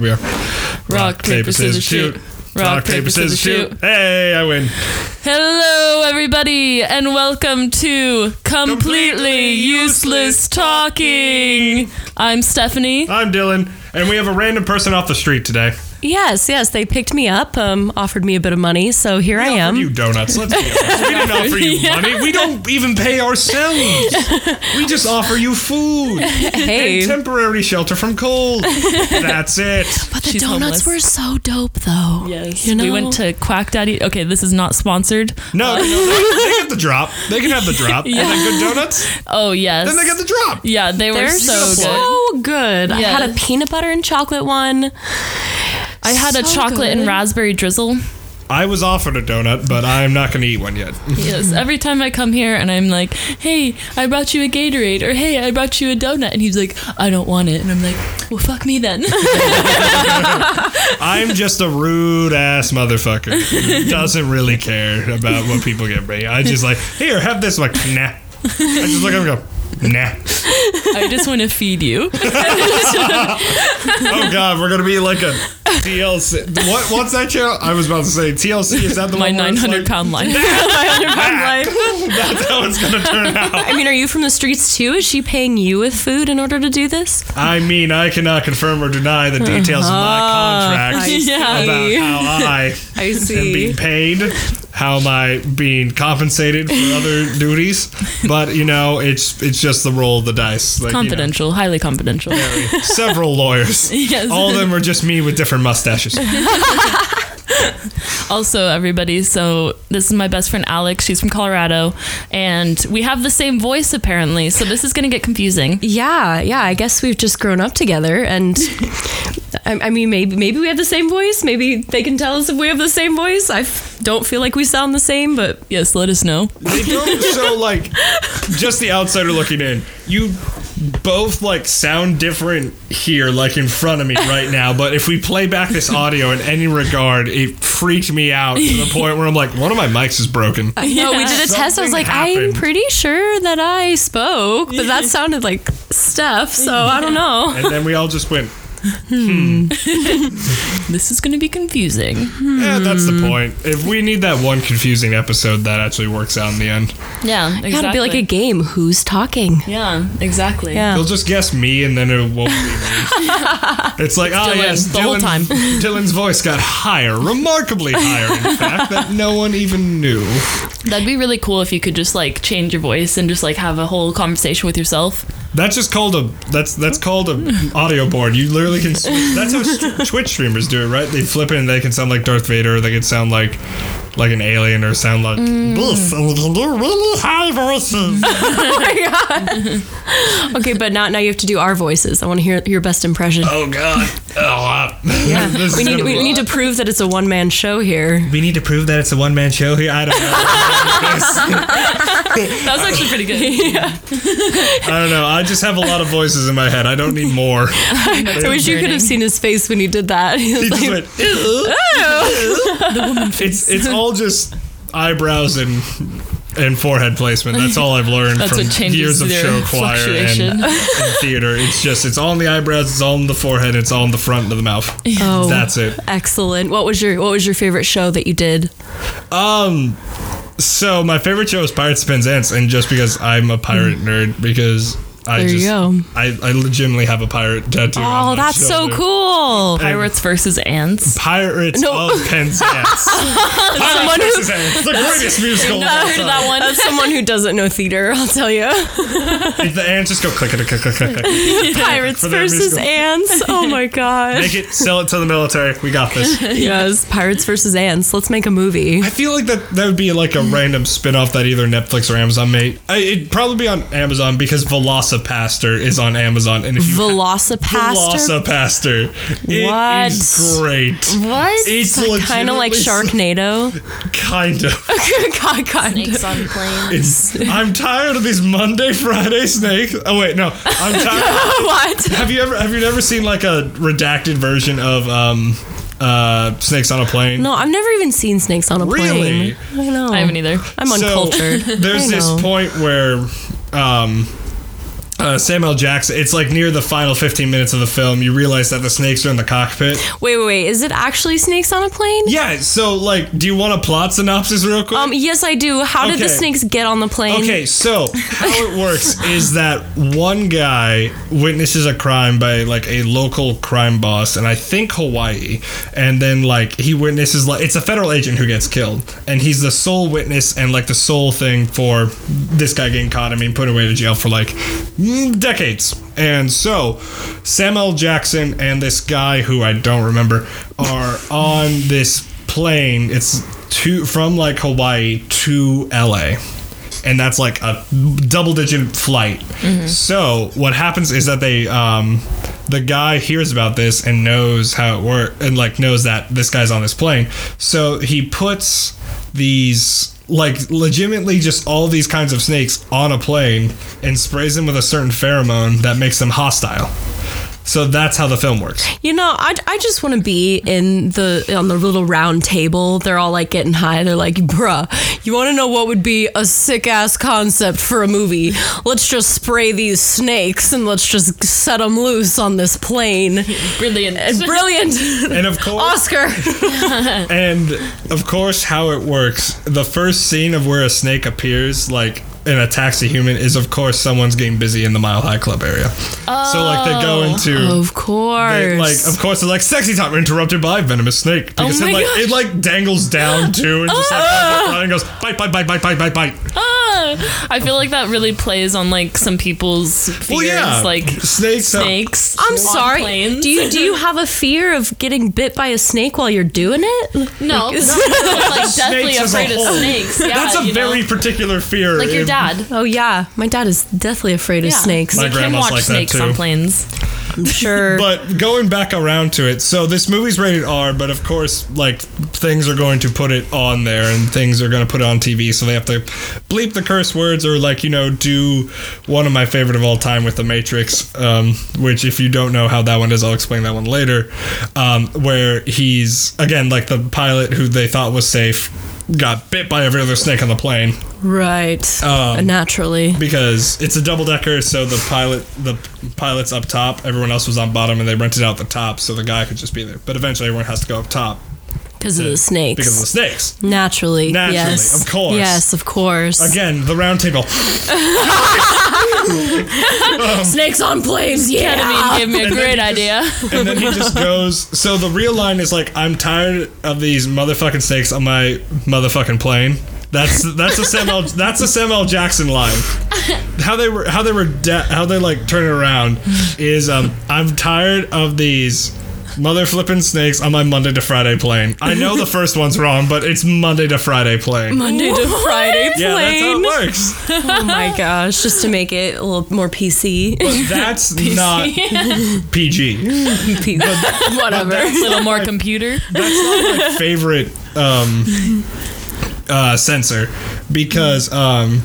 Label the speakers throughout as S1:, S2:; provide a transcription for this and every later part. S1: We are.
S2: Rock, paper, scissors, shoot. Rock, paper, scissors, shoot.
S1: Hey, I win.
S2: Hello, everybody, and welcome to Completely Useless Talking. I'm Stephanie.
S1: I'm Dylan, and we have a random person off the street today.
S3: Yes, yes, they picked me up, um, offered me a bit of money, so here I
S1: We
S2: Um?
S1: offered
S3: am.
S1: You donuts. Let's be honest. We didn't offer you money. We don't even pay ourselves. We just offer you food and
S3: Hey,
S1: temporary shelter from cold. That's it.
S3: but the
S2: She's homeless.
S3: donuts were so dope, though.
S2: Yes,
S3: you know,
S2: we went to Quack Daddy. Okay, this is not sponsored.
S1: No, no, no, they, they get the drop. They can have the drop. And then good donuts.
S2: Oh yes,
S1: Then they get the drop.
S2: yeah, they were
S3: They're
S2: so,
S3: so,
S2: good.
S3: good. I had a
S2: Yes.
S3: peanut butter and chocolate one.
S2: I had a
S3: So
S2: chocolate and
S3: good.
S2: raspberry drizzle.
S1: I was offered a donut, but I'm not going to eat one yet.
S2: Yes, every time I come here and I'm like, "Hey, I brought you a Gatorade," or "Hey, I brought you a donut," and he's like, "I don't want it," and I'm like, "Well, fuck me then."
S1: I'm just a rude ass motherfucker who doesn't really care about what people give me. I just like, here, have this. I'm like, nah. I just look up and go, nah.
S2: I just want to feed you.
S1: Oh God, we're gonna be like a TLC. What? What's that channel? I was about to say TLC. Is that the
S2: My
S1: one where it's
S2: 900
S1: like,
S2: pound line.
S1: "Ah, That's how it's gonna turn out.
S3: I mean, are you from the streets too? Is she paying you with food in order to do this?
S1: I mean, I cannot confirm or deny the details of my contract
S3: I
S2: Uh-huh. Yeah.
S1: about
S3: see.
S1: how I
S3: I
S1: am being paid, how am I being compensated for other duties? But you know, it's it's just the roll of the dice. Like, you know,
S2: confidential, highly confidential.
S1: several lawyers.
S2: Yes.
S1: All of them are just me with different mustaches.
S2: Also, everybody, so this is my best friend Alex. She's from Colorado, and we have the same voice apparently. So this is going to get confusing.
S3: Yeah, yeah. I guess we've just grown up together, and I, I mean, maybe maybe we have the same voice. Maybe they can tell us if we have the same voice. I f- don't feel like we sound the same, but
S2: Yes, let us know.
S1: They don't so like just the outsider looking in. You both like sound different here, like in front of me right now. But if we play back this audio in any regard, it freaked me out to the point where I'm like, one of my mics is broken.
S3: no, we did a test. I was
S1: Something
S3: like, I'm
S1: happened.
S3: pretty sure that I spoke, but that sounded like Steph. So I don't know.
S1: And then we all just went,
S2: This is going to be confusing.
S1: yeah, that's
S3: Mm-hmm.
S1: the point. If we need that one confusing episode, that actually works out in the end.
S2: Yeah, exactly.
S3: Gotta be like a game. Who's talking?
S2: yeah, exactly.
S3: Oh.
S1: They'll just guess me, and then it won't be me. It's like, ah,
S2: Dylan
S1: yes,
S2: the whole
S1: Dylan's-
S2: time."
S1: Dylan's voice got higher, remarkably higher, in fact, that no one even knew.
S2: That'd be really cool if you could just like change your voice and just like have a whole conversation with yourself.
S1: That's just called a that's that's called a audio board. You literally can. Switch. That's how st- Twitch streamers do it, right? They flip it, and they can sound like Darth Vader. Or they can sound like like an alien, or sound like
S3: Mm.
S1: this. and we can do really high voices.
S3: Okay, but not now. You have to do our voices. I want to hear your best impression.
S1: Oh God! Oh, wow. This is
S3: We need
S1: gonna
S3: we
S1: be-
S3: need to prove that it's a one man show here.
S1: We need to prove that it's a one man show here. I don't know.
S2: That was actually pretty good.
S1: I don't know. I just have a lot of voices in my head. I don't need more.
S3: I wish you could have seen his face when he did that. He was
S1: He just
S3: like,
S1: went, "Ew." It's, it's all just eyebrows and and forehead placement. That's all I've learned
S2: That's
S1: from
S2: what changes
S1: years of
S2: their
S1: show choir and,
S2: fluctuation.
S1: and theater. It's just it's all in the eyebrows, it's all in the forehead, it's all in the front of the mouth.
S3: Oh.
S1: That's it.
S3: Excellent. What was your What was your favorite show that you did?
S1: Um so my favorite show is Pirates Pins Ants, and just because I'm a pirate nerd because I
S3: Mm-hmm. There you
S1: just
S3: go.
S1: I, I legitimately have a pirate tattoo.
S3: Oh,
S1: on my
S3: that's so
S1: shoulder.
S3: cool.
S2: Pirates versus ants.
S1: Pirates
S3: No.
S1: of Penzance. Pirates
S3: who-
S1: versus Ants, the greatest musical. of all
S2: Heard
S1: time.
S2: that one.
S3: That's someone who doesn't know theater. I'll tell you.
S1: If the ants just go click it, click, click, click, click.
S3: Pirates
S1: For their
S3: versus
S1: musical.
S3: ants. Oh my god.
S1: Make it, sell it to the military. We got this.
S3: Yes, pirates versus ants. Let's make a movie.
S1: I feel like that that would be like a random spin-off that either Netflix or Amazon made. I, it'd probably be on Amazon because Velocipaster is on Amazon, and if you
S3: Velocipaster.
S1: Velocipaster, it
S3: What?
S1: is great.
S3: What?
S1: It's
S3: kind of like Sharknado.
S1: Kind of.
S3: God, kind.
S2: on planes.
S1: It's, I'm tired of these Monday Friday snakes. Oh wait, no. I'm tired.
S3: What?
S1: Have you ever have you never seen like a redacted version of um uh snakes on a plane?
S3: No, I've never even seen snakes on a
S1: Really?
S3: plane. I know.
S2: I haven't either.
S3: I'm
S1: So,
S3: uncultured.
S1: There's
S3: I
S1: this
S3: know.
S1: point where um uh, Samuel Jackson. It's like near the final 15 minutes of the film. You realize that the snakes are in the cockpit.
S3: Wait, wait, wait. Is it actually snakes on a plane?
S1: Yeah. So, like, do you want a plot synopsis real quick?
S3: Um, yes, I do. How did the
S1: Okay.
S3: snakes get on the plane?
S1: Okay, so how it works is that one guy witnesses a crime by like a local crime boss, and I think Hawaii, and then like he witnesses like it's a federal agent who gets killed, and he's the sole witness and like the sole thing for this guy getting caught. I mean, put away to jail for like mm, decades. And so, Samuel Jackson and this guy who I don't remember are on this plane. It's to from like Hawaii to LA and that's like a double digit flight. So what happens is that they um the guy hears about this and knows how it works and like knows that this guy's on this plane. So he puts these like legitimately just all these kinds of snakes on a plane and sprays them with a certain pheromone that makes them hostile. So that's how the film works.
S3: You know, I, I just want to be in the on the little round table. They're all like getting high. They're like, bruh, you want to know what would be a sick ass concept for a movie? Let's just spray these snakes and let's just set them loose on this plane.
S2: Brilliant.
S3: And brilliant,
S1: And of course,
S3: Oscar.
S1: And of course, how it works the first scene of where a snake appears, like, and attacks a human is, of course, someone's getting busy in the Mile High Club area. So, like, they
S2: Oh,
S1: go into.
S3: Of course.
S1: they, like, of course, they're like, sexy time interrupted by venomous snake. Because
S2: Oh my
S1: it, like,
S2: gosh.
S1: it, like, dangles down, too, and just, like, comes up and goes, bite, bite, bite, bite, bite, bite, bite.
S2: Ah, I feel like that really plays on like some people's fears,
S1: Well, yeah.
S2: like
S1: snakes. have-
S2: snakes.
S3: I'm
S2: on
S3: sorry.
S2: planes.
S3: Do you do you have a fear of getting bit by a snake while you're doing it?
S2: No,
S3: Like,
S2: but I'm also, like deathly
S1: Snakes as a
S2: afraid of
S1: whole.
S2: snakes. Yeah,
S1: That's
S2: you
S1: a very
S2: know?
S1: particular fear.
S2: like your
S1: in-
S2: dad.
S3: Oh yeah, my dad is deathly afraid of
S2: Yeah.
S3: snakes.
S1: My
S2: Make him
S1: grandma's
S2: watch
S1: like that,
S2: snakes
S1: too.
S2: on planes.
S3: I'm sure.
S1: But going back around to it, so this movie's rated R, but of course, like things are going to put it on there, and things are going to put it on TV, so they have to bleep the curse words, or like you know, do one of my favorite of all time with the Matrix, um, which if you don't know how that one is, I'll explain that one later, um, where he's again like the pilot who they thought was safe got bit by every other snake on the plane
S3: Right.
S1: um,
S3: Naturally.
S1: because it's a double decker, so the pilot the pilot's up top, everyone else was on bottom, and they rented out the top, so the guy could just be there. But eventually, everyone has to go up top
S3: Because of the snakes.
S1: because of the snakes.
S3: Naturally.
S1: Naturally,
S3: Yes.
S1: of course.
S3: Yes, of course.
S1: Again, the round table.
S3: Snakes on planes.
S2: Ketamine gave me
S1: And
S2: a
S1: then
S2: great
S1: he just-
S2: idea.
S1: And then he just goes. So the real line is like, "I'm tired of these motherfucking snakes on my motherfucking plane." That's that's a Samuel that's a Samuel Jackson line. How they were how they were de- how they like turn it around is um, I'm tired of these mother flipping snakes on my Monday to Friday plane. I know the first one's wrong, but it's Monday to Friday plane.
S3: Monday to Friday
S1: Yeah, that's how
S3: plane.
S1: it works.
S3: oh my gosh. Just to make it a little more PC.
S1: But that's not PG.
S3: Whatever.
S2: A little more computer.
S1: That's not my favorite um, uh, sensor because um,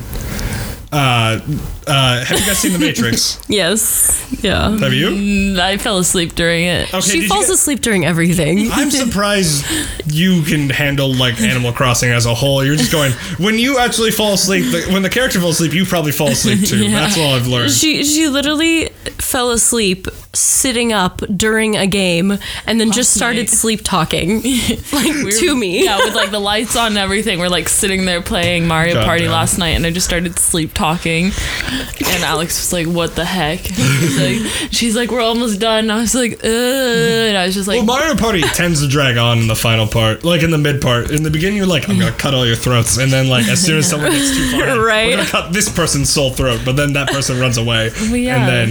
S1: uh, uh, have you guys seen The Matrix?
S3: Yes. Yeah.
S1: Have you?
S2: Mm, I fell asleep during it.
S1: Okay. did
S3: she
S1: you
S3: falls
S1: get-
S3: asleep during everything.
S1: I'm surprised you can handle like Animal Crossing as a whole. You're just going when you actually fall asleep. The, when the character falls asleep, you probably fall asleep too. That's all I've learned.
S3: She she literally fell asleep sitting up during a game and then just started
S2: night.
S3: sleep talking like to me.
S2: Yeah, with like the lights on and everything. We're like sitting there playing Mario
S1: God
S2: Party
S1: damn.
S2: last night, and I just started sleep talking. And Alex was like, "What the heck?" He's like, she's like, "We're almost done." And I was like, "Ugh," and I was just like,
S1: Well, Mario Party tends to drag on in the final part, like in the mid part. In the beginning, you're like, "I'm gonna cut all your throats," and then like as soon as someone gets too far, in,
S3: Right.
S1: we're gonna cut this person's sole throat, but then that person runs away,
S2: yeah.
S1: and then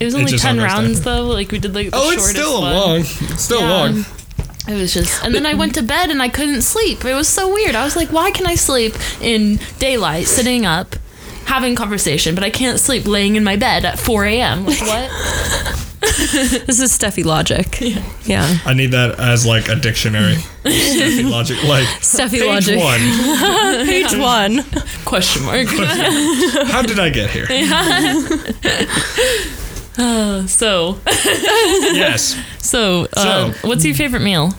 S2: "It was
S1: it
S2: only
S1: just
S2: ten
S1: all goes
S2: rounds though. Like we did like the
S1: oh, it's
S2: shortest
S1: still
S2: one.
S1: long, it's still
S2: Yeah.
S1: long.
S2: It was just, and then I went to bed and I couldn't sleep. It was so weird. I was like, why can I sleep in daylight, sitting up, having conversation, but I can't sleep laying in my bed at 4 a.m. Like what?
S3: This is Steffi logic. Yeah. yeah.
S1: I need that as like a dictionary, Stuffy logic, like
S3: Steffi
S1: page
S3: logic.
S1: one.
S3: Page one.
S2: Question mark.
S1: How did I get here?
S2: so,
S1: Yes.
S2: so,
S1: So.
S2: uh, uh, what's your favorite meal?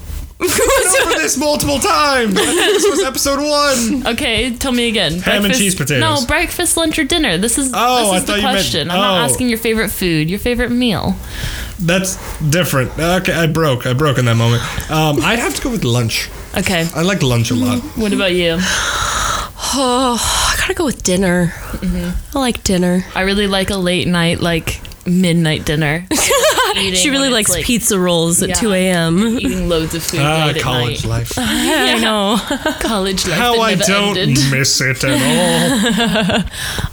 S3: What's
S1: over this multiple times. I think this was episode one.
S2: Okay, tell me again.
S1: Ham and cheese potatoes.
S2: No, breakfast, lunch, or dinner. This is
S1: Oh, I
S2: this
S1: thought
S2: is the
S1: you meant-
S2: question. I'm not
S1: oh.
S2: asking your favorite food, your favorite meal.
S1: That's different. Okay, I broke. I broke in that moment. Um, I'd have to go with lunch.
S2: Okay.
S1: I like lunch a lot.
S2: What about you?
S3: Oh, I gotta go with dinner.
S2: Mm-hmm.
S3: I like dinner.
S2: I really like a late night, like midnight dinner. Eating
S3: She really
S2: when
S3: likes
S2: it's, like,
S3: pizza rolls at
S2: Yeah.
S3: 2 a.m.
S2: Eating loads of food
S1: Ah,
S2: late
S1: college
S2: at night.
S1: life.
S3: I know.
S2: College life.
S1: How
S2: that
S1: I
S2: never
S1: don't
S2: ended.
S1: miss it at all.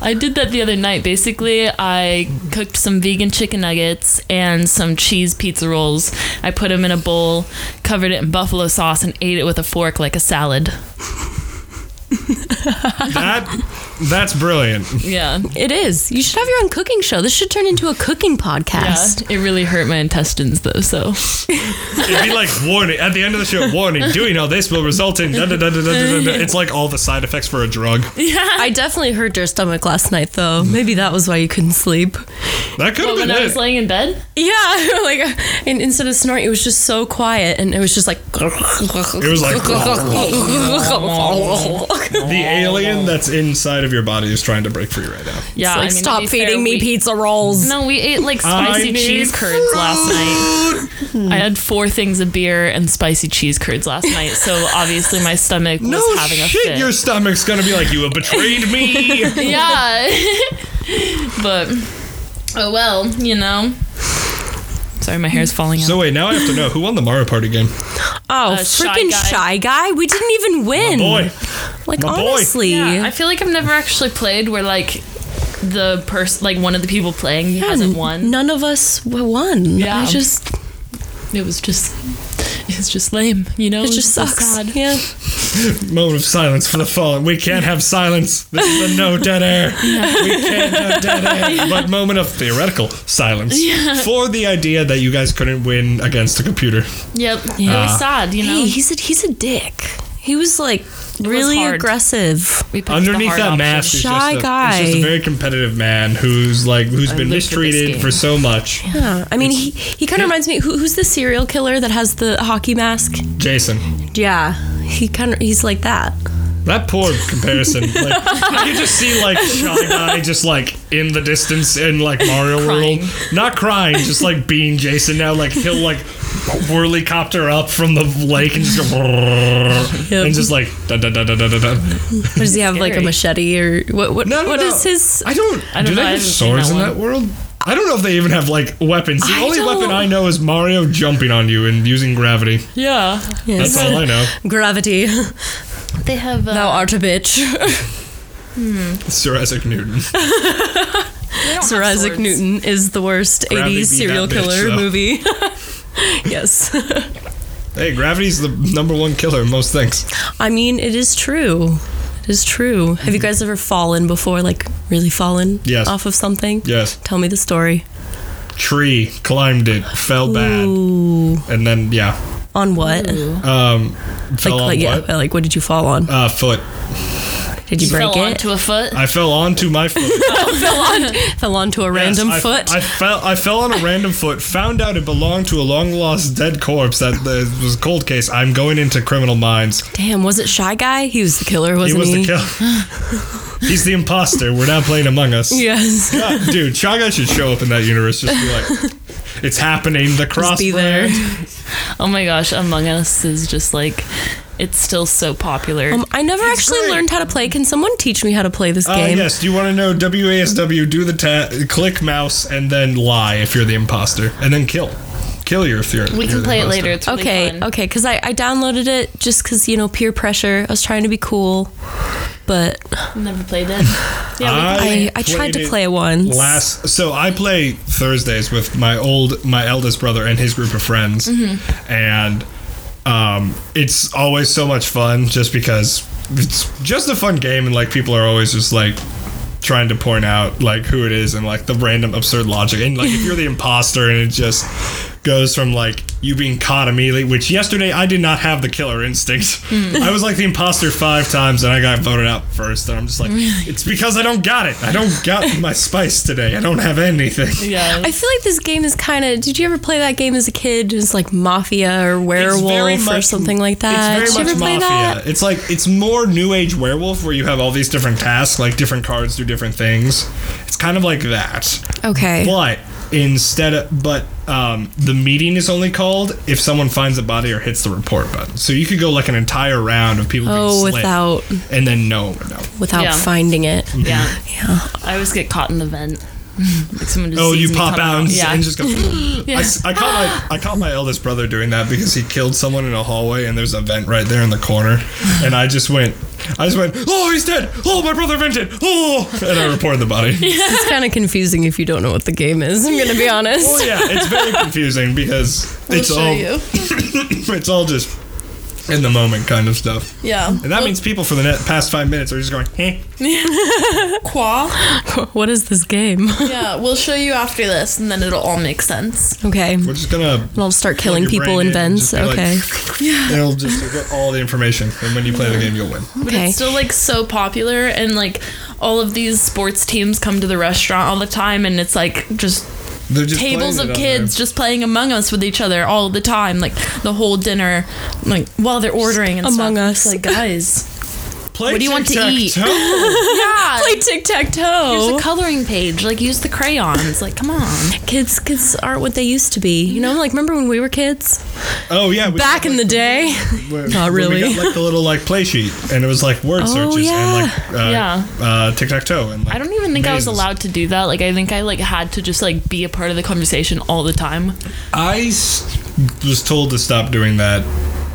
S2: I did that the other night. Basically, I cooked some vegan chicken nuggets and some cheese pizza rolls. I put them in a bowl, covered it in buffalo sauce, and ate it with a fork like a salad.
S1: That that's brilliant.
S2: Yeah.
S3: It is. You should have your own cooking show. This should turn into a cooking
S2: Yeah,
S3: podcast.
S2: it really hurt my intestines though. So
S1: It'd be like warning at the end of the show. Warning: Doing all this will result in. Da, da, da, da, da, da, da. It's like all the side effects for a drug.
S3: I definitely hurt your stomach last night, though. Maybe that was why you couldn't sleep.
S1: That could have
S2: but
S1: been
S2: when I was
S1: it.
S2: laying in bed,
S3: Yeah, like, and instead of snorting, it was just so quiet, and it was just like.
S1: it was like the alien that's inside of your body is trying to break free right now.
S2: yeah,
S3: It's like,
S2: I mean, to
S3: stop
S2: be
S3: feeding
S2: fair,
S3: me
S2: we-
S3: pizza rolls.
S2: No, we ate like
S1: I
S2: spicy
S1: need
S2: cheese curds last night. I had four things of beer and spicy cheese curds last night, so obviously my stomach was
S1: No
S2: having a
S1: shit,
S2: fit.
S1: your stomach's gonna be like you have betrayed me.
S2: yeah, but oh well, you know. Sorry, my hair's falling out.
S1: so wait, now I have to know who won the Mario Party game.
S3: Oh,
S2: Uh, Shy
S3: freaking
S2: Guy.
S3: shy, guy. We didn't even win.
S1: Boy,
S3: Like,
S1: My boy.
S3: honestly.
S2: yeah, I feel like I've never actually played where like the person, like one of the people playing, hasn't won.
S3: None of us w- won.
S2: Yeah.
S3: I just,
S2: It was just, it's just lame, you know.
S3: it just
S2: was
S3: sucks.
S2: sad.
S3: Yeah.
S1: moment of silence for the fallen. We can't have silence. This is a no dead air. We can't have dead air. But moment of theoretical silence for the idea that you guys couldn't win against a computer.
S2: Yep. It was sad, you know.
S3: Hey, he's a he's a dick. He was like really
S2: hard.
S3: aggressive.
S2: We picked the
S1: Underneath
S2: hard
S1: that
S2: option.
S1: mask is
S3: Shy
S1: just, a,
S3: guy.
S1: it's just a very competitive man who's like who's been
S2: lived for this
S1: mistreated
S2: game.
S1: for so much.
S3: Yeah. I mean, he he kind of reminds me. Who, who's the serial killer that has the hockey mask?
S1: Jason,
S3: Yeah. He kind of he's like that.
S1: that poor comparison. Like, you just see like shy guy just like in the distance in like Mario
S2: Crying.
S1: World, not crying, just like being Jason now. Like he'll like whirly copter up from the lake and just go, and just like da da da da da da. da.
S3: Or does he have like a
S2: Scary.
S3: machete or what? What, what is his?
S1: I don't.
S2: I don't
S1: do
S2: know,
S1: they
S2: I
S1: have
S2: haven't seen
S1: swords
S2: that
S1: in
S2: one.
S1: that world? I don't know if they even have like weapons. The
S3: I
S1: only
S3: don't-
S1: weapon I know is Mario jumping on you and using gravity.
S2: Yeah.
S1: That's all I know.
S3: Gravity.
S2: Uh, They have. Uh,
S3: Thou art a bitch.
S1: It's Sir Isaac Newton.
S3: Sir Isaac Newton is the worst
S1: Gravity
S3: 80s
S1: be
S3: serial
S1: that bitch,
S3: killer
S1: though.
S3: movie. yes.
S1: hey, gravity's the number one killer in most things.
S3: I mean, it is true. It is true. Have you guys ever fallen before? Like, really fallen
S1: Yes.
S3: off of something?
S1: Yes.
S3: Tell me the story.
S1: Tree climbed it, fell bad,
S3: Ooh. and
S1: and then yeah,
S3: On what?
S1: um, fell on
S3: like, like, yeah,
S1: what?
S3: like, what did you fall on?
S1: Uh, foot.
S3: Did you break
S2: fell
S3: it?
S2: onto a foot.
S1: I fell onto my foot.
S3: fell, on, fell onto a
S1: Yes,
S3: random
S1: I-
S3: foot?
S1: I fell. I fell on a random foot. Found out it belonged to a long lost dead corpse. That the, was a cold case. I'm going into criminal minds.
S3: Damn, was it Shy Guy? He was the killer,
S1: He
S3: wasn't
S1: was
S3: he?
S1: the killer. He's the imposter. We're not playing Among Us.
S3: Yes.
S1: God, dude, Chaga should show up in that universe. Just be like, it's happening. The cross.
S3: Just be there.
S2: oh my gosh, Among Us is just like, it's still so popular.
S3: Um, I never actually
S1: great.
S3: learned how to play. Can someone teach me how to play this
S1: Uh,
S3: game?
S1: yes. Do you want to know WASW? Do the ta- click mouse and then lie if you're the imposter, and then kill. Kill you if you're.
S2: we
S1: you're
S2: can
S1: the
S2: play it
S1: imposter.
S2: later. It's really
S3: Okay,
S2: fun.
S3: okay, because I, I downloaded it just because, you know, peer pressure. I was trying to be cool, but
S2: Never played it. Yeah, we
S3: I, I tried
S1: played
S3: to
S1: it
S3: play once.
S1: Last, so I play Thursdays with my old, my eldest brother and his group of friends,
S2: Mm-hmm.
S1: and um, it's always so much fun just because it's just a fun game and like people are always just like trying to point out like who it is and like the random absurd logic and like if you're the imposter and it just goes from like you being caught immediately, which yesterday I did not have the killer instinct. I was like the imposter five times and I got voted out first. And I'm just like, it's because I don't got it. I don't got my spice today. I don't have anything.
S2: Yeah.
S3: I feel like this game is kind of. Did you ever play that game as a kid? It's like Mafia or Werewolf or
S1: much-
S3: something like that.
S1: It's very
S3: did you
S1: much
S3: ever play
S1: mafia.
S3: that?
S1: It's like it's more new age werewolf where you have all these different tasks, like different cards do different things. It's kind of like that.
S3: Okay.
S1: But instead of but um, the meeting is only called if someone finds a body or hits the report button. So you could go like an entire round of people
S3: Oh,
S1: being slit
S3: without
S1: and then no one would know.
S3: without
S2: Yeah.
S3: finding it.
S2: yeah.
S3: Yeah.
S2: I always get caught in the vent. like someone just
S1: Oh,
S2: sees
S1: you
S2: me
S1: pop
S2: coming
S1: out and,
S2: Yeah.
S1: and just go. I, s- I caught my I caught my eldest brother doing that because he killed someone in a hallway and there's a vent right there in the corner, and I just went I just went oh he's dead oh my brother vented oh and I reported the body.
S3: It's kind of confusing if you don't know what the game is. I'm gonna be honest.
S1: Oh yeah, it's very confusing because it's
S3: show
S1: all
S3: you.
S1: it's all just in the moment kind of stuff.
S3: Yeah.
S1: And that means people for the net past five minutes are just going, eh.
S2: Qua.
S3: What is this game?
S2: Yeah, we'll show you after this, and then it'll all make sense.
S3: Okay.
S1: We're just gonna
S3: I'll start killing
S1: your
S3: people
S1: brain
S3: in
S1: in and just
S3: vents.
S1: be like-
S3: Okay.
S1: it'll just you'll get all the information, and when you play the game, you'll win.
S2: But
S3: Okay.
S2: it's still like so popular, and like all of these sports teams come to the restaurant all the time, and it's like just
S1: They're just
S2: tables
S1: playing it on
S2: of kids just playing Among Us with each other all the time, like the whole dinner, like while they're ordering and
S3: Among
S2: stuff.
S3: Us.
S2: It's like guys.
S1: there. Play
S2: What do you want to eat?
S1: tic-tac-toe.
S2: yeah.
S3: Play tic tac
S2: Here's a
S3: toe.
S2: coloring page. Like use the crayons. Like come on.
S3: Kids, kids aren't what they used to be. You know, like remember when we were kids
S1: oh yeah, we-
S3: back in the day?
S1: when-
S3: Not
S1: when
S3: really.
S1: We got like the little like play sheet, and it was like word
S3: Oh,
S1: searches
S3: yeah.
S1: and like uh,
S2: Yeah.
S1: uh, tic tac toe. And like,
S2: I don't even think I was
S1: mazes.
S2: allowed to do that. Like I think I like had to just like be a part of the conversation all the time.
S1: I s- was told to stop doing that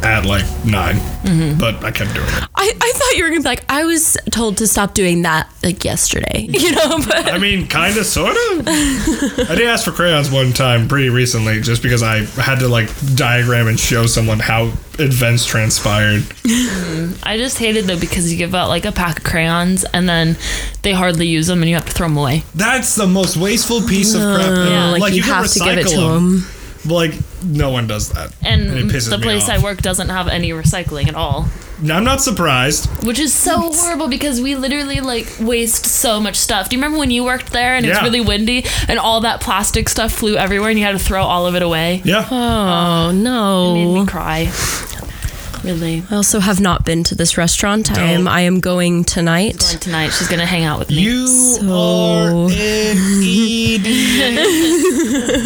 S1: at like 9
S2: Mm-hmm.
S1: but I kept doing it.
S3: I, I thought you were gonna be like, I was told to stop doing that like yesterday, you know, but
S1: I mean, kind of, sort of. I did ask for crayons one time pretty recently just because I had to like diagram and show someone how events transpired.
S2: I just hated though because you give out like a pack of crayons and then they hardly use them and you have to throw them away.
S1: That's the most wasteful piece of crap. ever.
S2: yeah,
S3: like, you,
S1: can
S3: have to give it
S1: recycle
S3: to them.
S1: Like, no one does that.
S2: And
S1: it pisses
S2: the
S1: me
S2: place
S1: off.
S2: I work doesn't have any recycling at all,
S1: Now, I'm not surprised.
S2: which is so horrible because we literally like waste so much stuff. Do you remember when you worked there and it
S1: Yeah.
S2: was really windy and all that plastic stuff flew everywhere and you had to throw all of it away?
S1: Yeah.
S3: Oh
S2: Made me
S3: no!
S2: cry. Really.
S3: I also have not been to this restaurant. I am I am going tonight.
S2: Going tonight, she's gonna hang out with me.
S1: you
S3: So-
S1: are an idiot.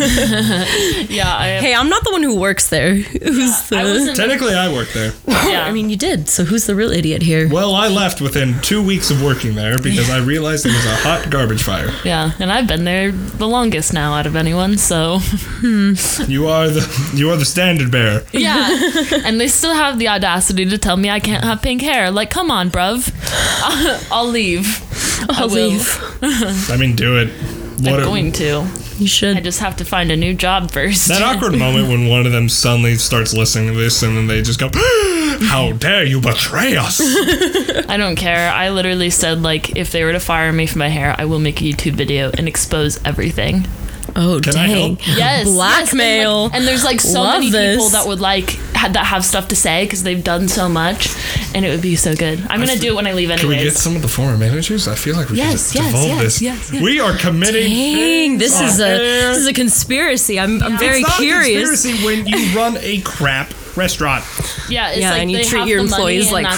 S2: yeah, I
S3: Hey, I'm not the one who works there. Who's
S2: I
S3: the?
S2: wasn't.
S1: Technically, I worked there.
S2: yeah.
S3: I mean, you did. So who's the real idiot here?
S1: Well, I left within two weeks of working there because I realized it was a hot garbage fire.
S2: Yeah, and I've been there the longest now out of anyone, so
S1: You are the you are the standard bearer.
S2: yeah. and they still have the audacity to tell me I can't have pink hair. Like, come on, bruv. I'll leave. I
S3: I'll
S2: will.
S3: leave.
S1: I mean, do it.
S2: I'm
S1: What a-
S2: going to.
S3: You
S2: I
S3: should.
S2: just have to find a new job first.
S1: That awkward moment when one of them suddenly starts listening to this and then they just go, How dare you betray us?
S2: I don't care. I literally said like, if they were to fire me for my hair, I will make a YouTube video and expose everything.
S3: Oh
S1: Can I
S3: dang!
S1: help?
S2: Yes,
S3: Blackmail.
S2: Yes, and, like- and there's like so
S3: Love
S2: many people
S3: this.
S2: that would like ha- that have stuff to say because they've done so much, and it would be so good. I'm gonna
S1: f-
S2: do it when I leave anyways.
S1: Can we get some of the former managers? I feel like we
S2: Yes,
S1: should
S2: yes,
S1: devolve
S2: yes,
S1: this.
S2: yes, yes.
S1: We are committing.
S3: Dang, this
S1: things
S3: is
S1: on
S3: a
S1: air.
S3: this is a conspiracy. I'm I'm
S2: Yeah.
S3: very
S1: it's not
S3: curious.
S1: A conspiracy when you run a crap restaurant.
S2: Yeah, it's
S3: Yeah,
S2: like
S3: and you
S2: they
S3: treat
S2: have
S3: your
S2: the money
S3: employees
S2: and
S3: like
S2: that's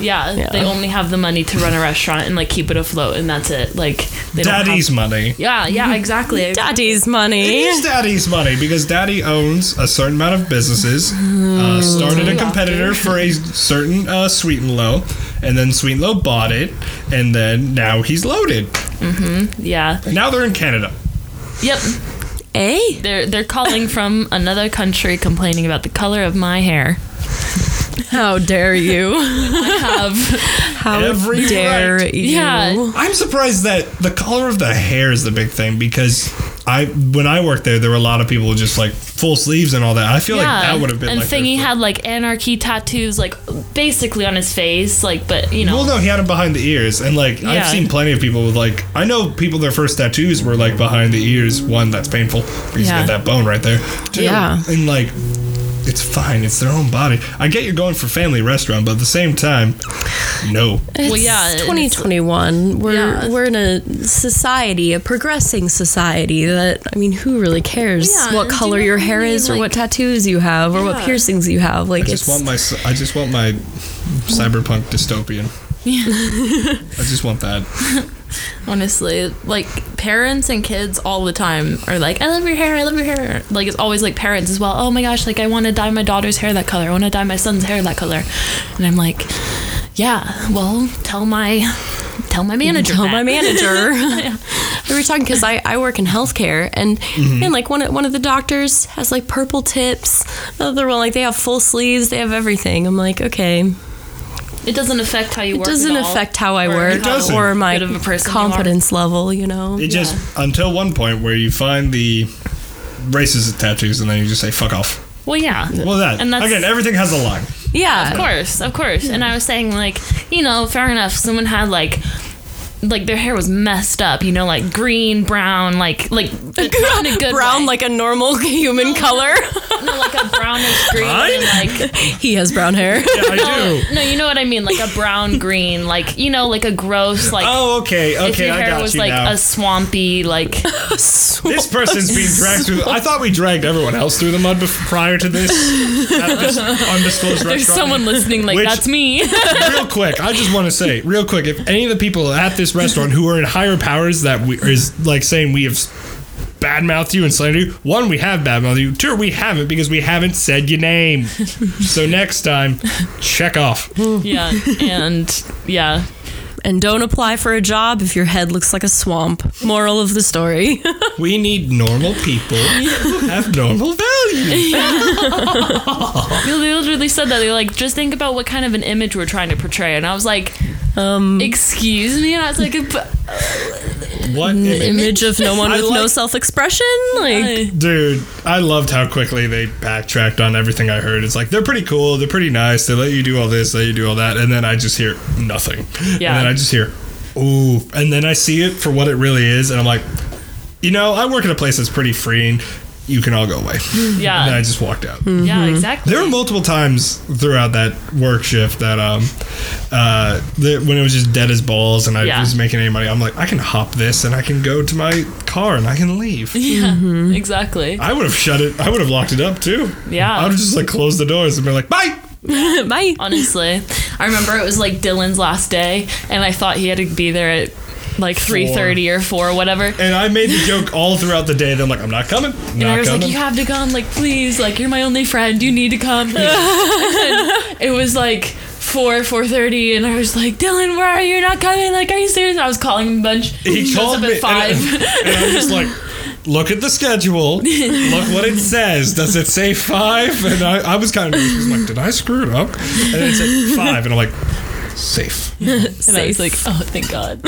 S2: it. Yeah, they only have the money to run a restaurant and like keep it afloat, and that's it. Like they
S1: Daddy's
S2: Don't have-
S1: money.
S2: yeah, yeah, exactly.
S3: Daddy's
S1: It
S3: money.
S1: is daddy's money because daddy owns a certain amount of businesses.
S2: Oh,
S1: Uh, started a competitor for a certain uh, Sweet and Low, and then Sweet and Low bought it, and then now he's loaded.
S2: yeah.
S1: Now they're in Canada.
S2: Yep.
S3: Eh?
S2: They're they're calling from another country complaining about the color of my hair.
S3: How dare you?
S2: I have
S3: How
S1: Every
S3: dare
S1: right.
S3: you?
S2: Yeah.
S1: I'm surprised that the color of the hair is the big thing because I when I worked there, there were a lot of people who just like full sleeves and all that. I feel like that would have been
S2: And
S1: like their
S2: Thingy
S1: fir-
S2: had like anarchy tattoos, like basically on his face, like but you know.
S1: Well, no, he had them behind the ears, and like I've
S2: Yeah.
S1: seen plenty of people with like I know people their first tattoos were like behind the ears. One that's painful because
S2: Yeah.
S1: you got that bone right there. Two,
S3: Yeah.
S1: and like it's fine. It's their own body. I get you're going for family restaurant, but at the same time, no.
S2: Well, yeah, and it's-
S3: It's 2021. We're
S2: Yeah.
S3: we're in a society, a progressing society that I mean, who really cares
S2: Yeah,
S3: what
S2: and do
S3: color
S2: you
S3: your
S2: know how
S3: hair
S2: many,
S3: is or what
S2: like-
S3: tattoos you have or what
S2: Yeah.
S3: piercings you have? Like
S1: I
S3: it's
S1: just want my s- I just want my cyberpunk dystopian. I just want that.
S2: Honestly, like parents and kids all the time are like, "I love your hair, I love your hair." Like it's always like parents as well. Oh my gosh, like I want to dye my daughter's hair that color. I want to dye my son's hair that color. And I'm like, "Yeah, well, tell my tell my manager."
S3: tell
S2: that."
S3: my manager. We were talking because I, I work in healthcare and
S1: Mm-hmm.
S3: and like one of- one of the doctors has like purple tips. The other one like they have full sleeves. They have everything. I'm like okay.
S2: It doesn't affect how you
S3: It
S2: work. at
S3: doesn't
S2: all,
S3: affect how I
S2: or
S3: work
S2: how
S1: doesn't.
S3: or my
S2: good of a person you are.
S3: confidence level. You know.
S1: It just until one point where you find the racist tattoos, and then you just say fuck off.
S2: Well, yeah.
S1: Well, that
S2: And that's-
S1: again, everything has a line.
S3: yeah.
S2: Of course, of course. And I was saying, like, you know, fair enough. Someone had like, like their hair was messed up. You know, like green, brown, like, like but not in a good
S3: brown
S2: way.
S3: like a normal human color.
S2: no, like a brownish green, and like
S3: he has brown hair.
S1: Yeah, I do.
S2: Oh, no, you know what I mean, like a brown green, like you know, like a gross, like
S1: Oh, okay, okay,
S2: if your
S1: I
S2: hair
S1: got
S2: was
S1: you
S2: like
S1: now.
S2: a swampy, like
S1: This person's being dragged through. I thought we dragged everyone else through the mud bef- prior to this. At this undisclosed
S2: there's
S1: restaurant.
S2: someone listening, like
S1: Which-
S2: that's me.
S1: Real quick, I just want to say, real quick, if any of the people at this restaurant who are in higher powers that we is like saying we have s- badmouthed you and slandered you, one, we have badmouthed you. Two, we haven't because we haven't said your name. so next time, check off.
S2: yeah, and yeah,
S3: and don't apply for a job if your head looks like a swamp. Moral of the story.
S1: We need normal people who have normal values.
S2: They they literally said that. They're like, just think about what kind of an image we're trying to portray. And I was like,
S3: Um
S2: excuse me? And I was like, but,
S1: What image?
S3: image of no one
S1: I
S3: with no
S1: like-
S3: self-expression like
S1: Dude, I loved how quickly they backtracked on everything I heard. It's like they're pretty cool, they're pretty nice, they let you do all this, they let you do all that, and then I just hear nothing.
S2: Yeah.
S1: And then I just hear, ooh. And then I see it for what it really is, and I'm like, you know, I work at a place that's pretty freeing. You can all go away.
S2: Yeah.
S1: And then I just walked out.
S2: yeah, exactly.
S1: There were multiple times throughout that work shift that um, uh, that when it was just dead as balls and I
S2: Yeah.
S1: wasn't making any money, I'm like, I can hop this and I can go to my car and I can leave.
S2: yeah,
S1: Mm-hmm.
S2: exactly.
S1: I would have shut it. I would have locked it up too.
S2: Yeah.
S1: I would have just like closed the doors and been like, bye.
S3: my
S2: Honestly, I remember it was like Dylan's last day, and I thought he had to be there at like three thirty or four, or whatever. And,
S1: And I made the joke all throughout the day. That I'm like, I'm not coming. Not
S2: I was
S1: coming.
S2: like, "You have to come, like please, like you're my only friend. You need to come." And then it was like four, four thirty, and I was like, "Dylan, where are you? You're not coming? Like, are you serious?" And I was calling him a bunch.
S1: he
S2: shows
S1: called
S2: up
S1: me
S2: at five.
S1: And, I- and I'm just like, look at the schedule. Look what it says. Does it say five? And I, I was kind of nervous. I was like, did I screw it up? And then it said five, and I'm like, safe.
S2: And I was
S3: Safe.
S2: like, oh, thank God.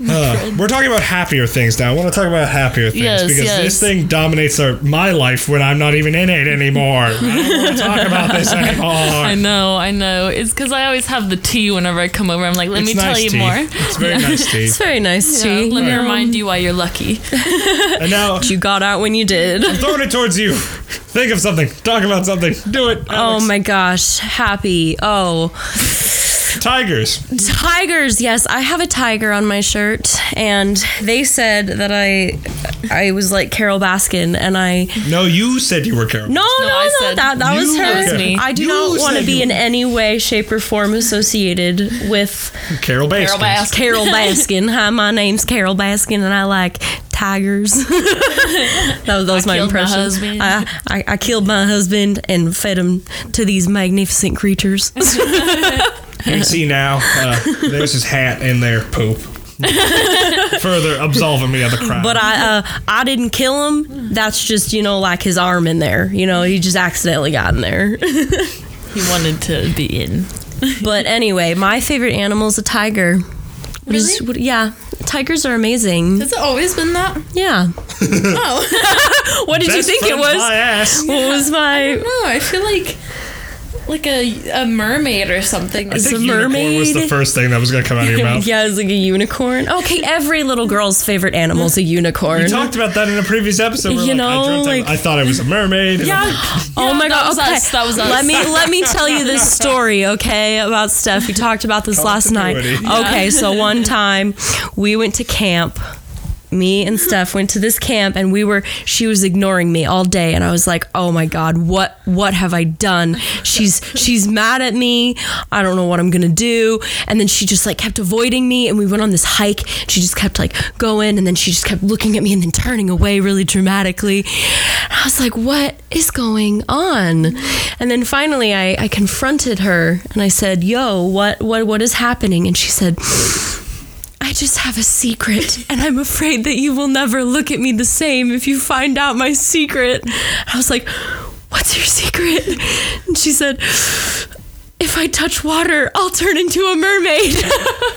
S1: Uh, we're talking about happier things now. I want to talk about happier things
S2: Yes,
S1: because
S2: yes.
S1: this thing dominates our, my life when I'm not even in it anymore. I don't want to talk about this anymore.
S2: I know, I know. It's because I always have the tea whenever I come over. I'm like, let me
S1: It's nice
S2: tell you
S1: tea.
S2: more.
S1: It's very nice tea.
S3: it's very nice
S2: Yeah,
S3: tea
S2: let me remind you why you're lucky.
S1: And now
S3: you got out when you did
S1: throwing it towards you. Think of something. Talk about something. Do it.
S3: oh
S1: Alex.
S3: my gosh happy oh
S1: Tigers.
S3: tigers yes i have a tiger on my shirt and they said that i i was like carol baskin and i
S1: No, you said you were Carol.
S3: No, no,
S2: No,
S3: no,
S2: I said
S3: that that was
S1: you
S3: her.
S1: said
S2: me.
S3: I do
S1: You
S3: not want to
S1: said
S3: be
S1: you-
S3: in any way, shape, or form associated with
S1: Carol Baskin.
S2: Carol Baskin.
S3: Carol Baskin. Hi, my name's Carol Baskin, and I like tigers. that was, that was my
S2: killed my
S3: impression.
S2: husband.
S3: I, I I killed my husband and fed him to these magnificent creatures.
S1: You can see now. Uh, there's his hat and their poop. Further absolving me of the crime.
S3: But I uh, I didn't kill him. That's just you know like his arm in there. You know he just accidentally got in there.
S2: He wanted to be in.
S3: But anyway, my favorite animal is a tiger. Just-
S2: Really?
S3: yeah, Tigers are amazing.
S2: Has it always been that?
S3: Yeah.
S2: Oh.
S3: What did you think it was?
S1: My ass.
S3: What was my?
S2: no, I feel like like a, a mermaid or something.
S1: I
S3: It's
S1: think
S3: a
S1: unicorn was the
S3: mermaid.
S1: first thing that was going to come out of your mouth.
S3: Yeah, it's like a unicorn. Okay, every little girl's favorite animal is a unicorn.
S1: We talked about that in a previous episode. Where,
S3: You
S1: like,
S3: know,
S1: I, dreamt I-
S3: like-
S1: I, thought I was a mermaid. and I'm like,
S3: oh my
S2: that
S3: god!
S2: was
S3: okay,
S2: us, that was us.
S3: Let me let me tell you this story, okay? About stuff we talked about this last night.
S1: Continuity.
S3: Okay, so one time we went to camp. Me and Steph went to this camp, and we were. She was ignoring me all day, and I was like, "Oh my god, what what have I done? She's she's mad at me. I don't know what I'm gonna do." And then she just like kept avoiding me, and we went on this hike. She just kept like going, and then she just kept looking at me, and then turning away really dramatically. And I was like, "What is going on?" And then finally, I I confronted her, and I said, "Yo, what what what is happening?" And she said. I just have a secret, and I'm afraid that you will never look at me the same if you find out my secret. I was like, What's your secret? And she said, If I touch water, I'll turn into a mermaid.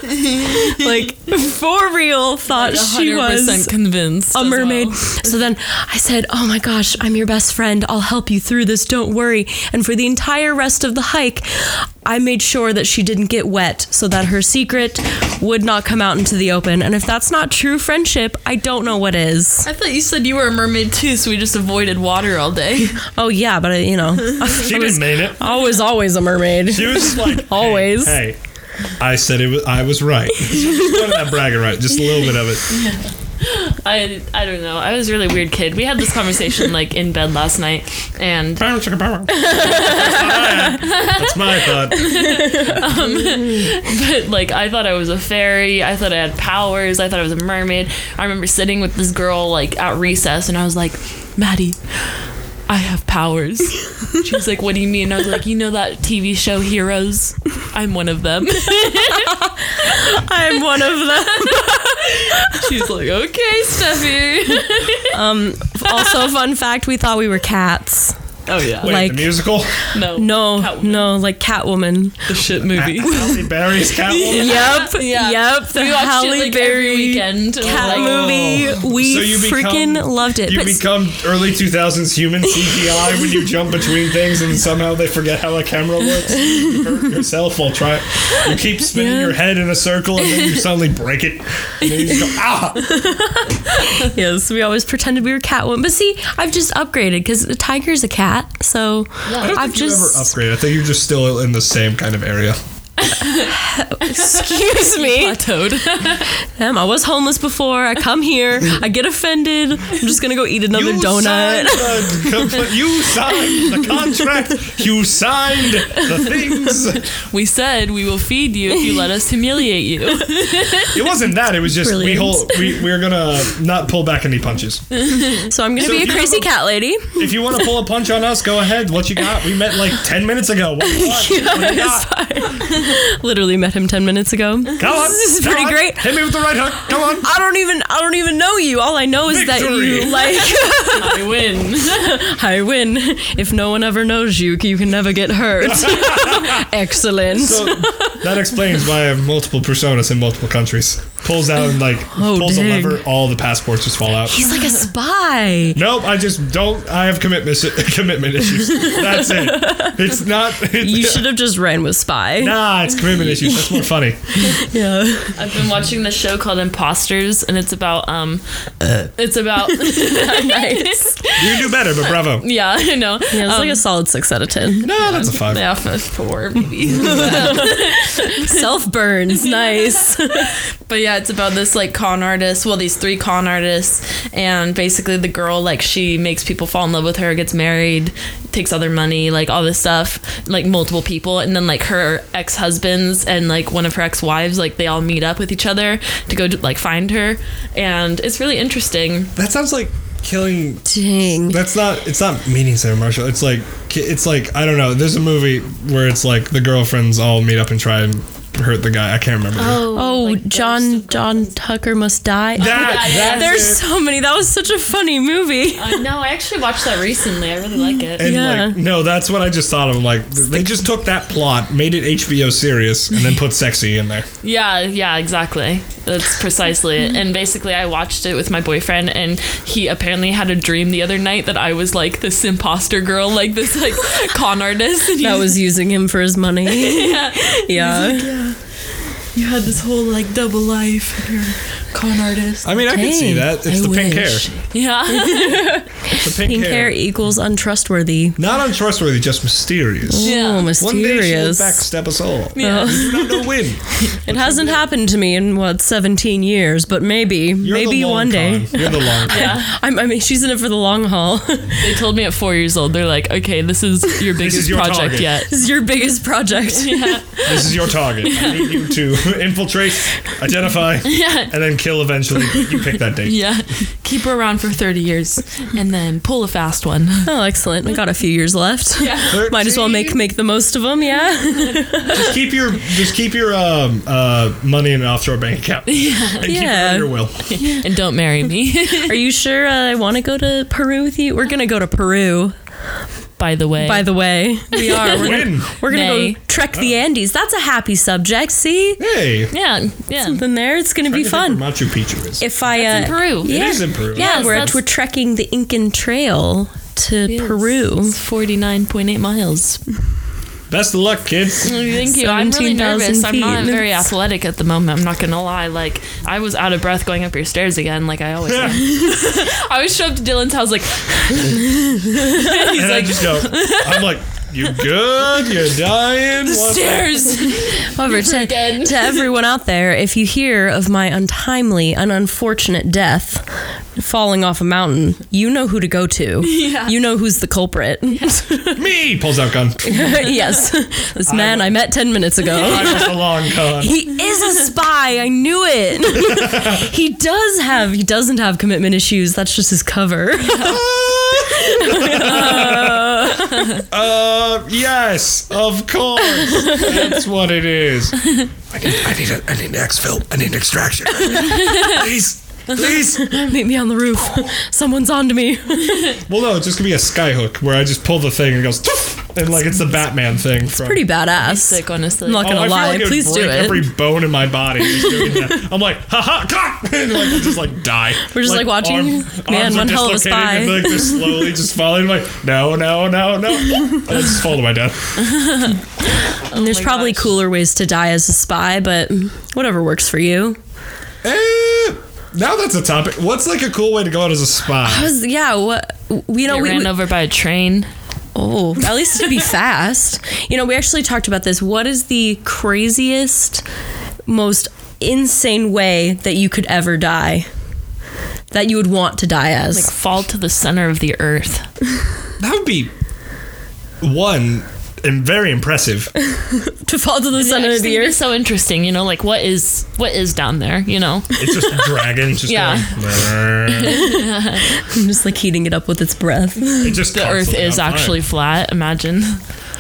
S3: like, for real, thought she was
S2: convinced.
S3: a mermaid. So then I said, Oh my gosh, I'm your best friend. I'll help you through this. Don't worry. And for the entire rest of the hike, I made sure that she didn't get wet so that her secret would not come out into the open. And if that's not true friendship, I don't know what is.
S2: I thought you said you were a mermaid too, so we just avoided water all day.
S3: Oh, yeah, but I, you know,
S1: she didn't mean it.
S3: always, always a mermaid.
S1: She was just like, hey,
S3: Always.
S1: Hey, I said it was. I was right. Just a little of that bragging right, just a little bit of it.
S2: I I don't know. I was a really weird kid. We had this conversation like in bed last night, and
S1: That's my thought.
S2: but like I thought I was a fairy. I thought I had powers. I thought I was a mermaid. I remember sitting with this girl like at recess, and I was like, Maddie. I have powers. She was like, "What do you mean?" I was like, "You know that TV show Heroes? I'm one of them."
S3: I'm one of them.
S2: She was like, "Okay, Steffi."
S3: Also, fun fact we thought we were cats.
S2: Oh yeah,
S1: Wait,
S3: Like-
S1: the musical?
S2: no,
S3: No,
S2: Catwoman.
S3: no, like Catwoman.
S2: the shit movie.
S1: Halle Berry's Catwoman?
S3: Yep,
S2: Yeah.
S3: yep. The
S2: we watched
S3: Halle
S2: it like
S3: Berry
S2: every weekend. and we're
S3: cat
S2: like,
S3: movie. We
S1: oh. So you
S3: freaking
S1: become-
S3: loved it.
S1: You
S3: But
S1: become early 2000s human CGI when you jump between things and somehow they forget how a camera works. You hurt yourself while trying. You keep spinning your head in a circle and then you suddenly break it. And then you just go, ah!
S3: yes, we always pretended we were Catwoman. But see, I've just upgraded because the tiger's a cat. So
S1: I don't
S3: I've
S1: think you
S3: just
S1: ever upgrade. I think you're just still in the same kind of area.
S3: excuse me.
S2: plateaued.
S3: Damn, I was homeless before. I come here. I get offended. I'm just gonna go eat another donut.
S1: Signed the, compl- you signed the contract. You signed the things.
S2: we said we will feed you if you let us humiliate you.
S1: It wasn't that. It was just
S3: Brilliant.
S1: we hold. We, we're gonna not pull back any punches.
S3: So I'm gonna
S1: So
S3: be a
S1: if you
S3: crazy
S1: have a-
S3: cat lady.
S1: If you want to pull a punch on us, go ahead. What you got? We met like ten minutes ago. What, what, what you got?
S3: Literally met him ten minutes ago.
S1: Come on.
S3: This is
S1: come
S3: pretty
S1: on.
S3: great.
S1: Hit me with the right hook. Come on.
S3: I don't even I don't even know you. All I know is that
S1: Victory.
S3: you like
S2: I win.
S3: I win. If no one ever knows you, you can never get hurt. Excellent.
S1: So that explains why I have multiple personas in multiple countries. Pulls out and like
S3: Oh,
S1: pulls
S3: dang.
S1: a lever. All the passports just fall out.
S3: He's like a spy.
S1: Nope, I just don't. I have commitment commitment issues. That's it. It's not. It's,
S3: You should have just ran with spy.
S1: Nah, it's commitment issues. That's more funny.
S3: Yeah.
S2: I've been watching this show called Imposters, and it's about um, it's about
S3: nice.
S1: You do better, but bravo.
S2: yeah, I know. Um,
S3: Yeah, it's like a solid six out of ten.
S1: No, that's a five.
S2: Yeah, f- four maybe.
S3: Self burns. Nice.
S2: but yeah, it's about this like con artist. Well, these three con artists, and basically the girl like she makes people fall in love with her, gets married, takes other money, like all this stuff, like multiple people, and then like her ex husbands and like one of her ex wives, like they all meet up with each other to go to, like find her, and it's really interesting.
S1: That sounds like killing.
S3: Dang.
S1: That's not. It's not meaning Sarah Marshall. It's like. It's like I don't know. There's a movie where it's like the girlfriends all meet up and try and hurt the guy. I can't remember.
S3: Oh, John John Tucker must die. Oh,
S1: That,
S2: yeah,
S1: that's
S3: There's
S1: it.
S3: so many. That was such a funny movie.
S2: I know. I actually watched that recently. I really like it.
S1: And
S3: yeah.
S1: like no, that's what I just thought of. Like they just took that plot, made it HBO serious, and then put sexy in there.
S2: Yeah, yeah, exactly. That's precisely it. And basically, I watched it with my boyfriend, and he apparently had a dream the other night that I was like this imposter girl, like this like con artist. And
S3: That
S2: he's-
S3: was using him for his money.
S2: yeah.
S3: Yeah.
S2: You had this whole like double life. You're a con artist.
S1: I mean, I can see
S3: Dang,
S1: that. It's
S3: I
S1: the pink hair.
S3: wish.
S2: Yeah.
S1: It's the pink,
S3: Pink
S1: hair.
S3: hair equals untrustworthy.
S1: Not untrustworthy, just mysterious.
S2: Yeah.
S3: Oh,
S1: One
S2: One
S1: day she will
S3: mysterious.
S1: backstab us all.
S2: Yeah.
S1: We do not know when.
S3: It hasn't happened to me in what 17 years, but maybe,
S1: You're the
S3: maybe
S1: long
S3: one day.
S1: con. You're the long con.
S3: I'm, I mean, she's in it for the long haul. this
S2: They told me at four years old, they're like, okay, this is your biggest
S1: is your
S2: project
S1: target."
S2: yet.
S3: is your biggest project.
S2: Yeah.
S1: This is your target. I need you to infiltrate, identify, and then kill eventually. You pick that date.
S2: Yeah. Keep her around for 30 years and then pull a fast one.
S3: Oh, excellent! I got a few years left. Might as well make make the most of them. Yeah,
S1: Just keep your just keep your um, uh, money in an offshore bank account. And keep it
S3: Yeah.
S1: under your will.
S2: and don't marry me,
S3: are you sure uh, I want to go to Peru with you? We're gonna go to Peru.
S2: by the way.
S3: By the way, we are. We're gonna,
S1: When?
S3: we're gonna
S2: May.
S3: go trek
S1: Uh.
S3: the Andes. That's a happy subject. See,
S1: Hey.
S2: yeah. Yeah.
S3: then there it's gonna be
S1: I think
S3: fun.
S1: where Machu Picchu is.
S3: If I uh,
S2: in Peru.
S3: yeah.
S1: It is in Peru.
S3: Yeah,
S2: Yes,
S3: we're,
S2: that's-
S3: we're trekking the Incan Trail to Peru.
S2: It's 49.8 miles.
S1: Best of luck, kids.
S2: Thank you. I'm really
S3: 17,000
S2: nervous. I'm not
S3: feet.
S2: very athletic at the moment. I'm not gonna lie. Like I was out of breath going up your stairs again, like I always. am. I always show up to Dylan's house like
S1: and I just go. I'm like, you good? You're dying. What the-
S2: stairs.
S3: However, to,
S2: Again.
S3: to everyone out there, if you hear of my untimely and unfortunate death falling off a mountain, you know who to go to.
S2: Yeah.
S3: You know who's the culprit.
S1: Me pulls out gun.
S3: yes. This man I met 10 minutes ago.
S1: I was a long con.
S3: He is a spy. I knew it. he does have he doesn't have commitment issues. That's just his cover.
S1: Uh, yes, of course. That's what it is. I need, I need, a, I need an exfil. I need an extraction. Please, please.
S3: Meet me on the roof. Someone's on to me.
S1: Well, no, it's just gonna be a skyhook where I just pull the thing and it goes, "Tuff," and like it's the Batman thing. from,
S3: Pretty badass.
S2: Sick, honestly.
S3: I'm not
S1: Oh,
S3: gonna
S1: I feel
S3: lie.
S1: like it would
S3: Please do
S1: break
S3: it.
S1: Every bone in my body. Just doing that. I'm like, ha ha, cock, and like I just like die.
S3: We're just, like, watching, man,
S1: arms are
S3: one hell of a
S1: dislocated
S3: spy.
S1: And, like just slowly just falling. Like no, no, no, no. I just fall to my death.
S3: And there's
S2: my
S3: probably
S2: gosh.
S3: cooler ways to die as a spy, but whatever works for you.
S1: Eh, now that's a topic. What's like a cool way to go out as a spy?
S3: 'Cause, yeah, what you know,
S2: Get
S3: we,
S2: ran
S3: we-
S2: over by a train.
S3: oh, at least to be fast. You know, we actually talked about this. What is the craziest, most insane way that you could ever die? That you would want to die as?
S2: Like fall to the center of the earth.
S1: That would be one and very impressive.
S3: to fall to the
S2: I
S3: center of
S2: just
S3: the
S2: think
S3: earth?
S2: It's so interesting. You know, like what is what is down there? You know.
S1: It's just dragons just
S2: Yeah.
S1: going.
S3: I'm just like heating it up with its breath.
S1: It just
S2: The earth is actually flat. Imagine.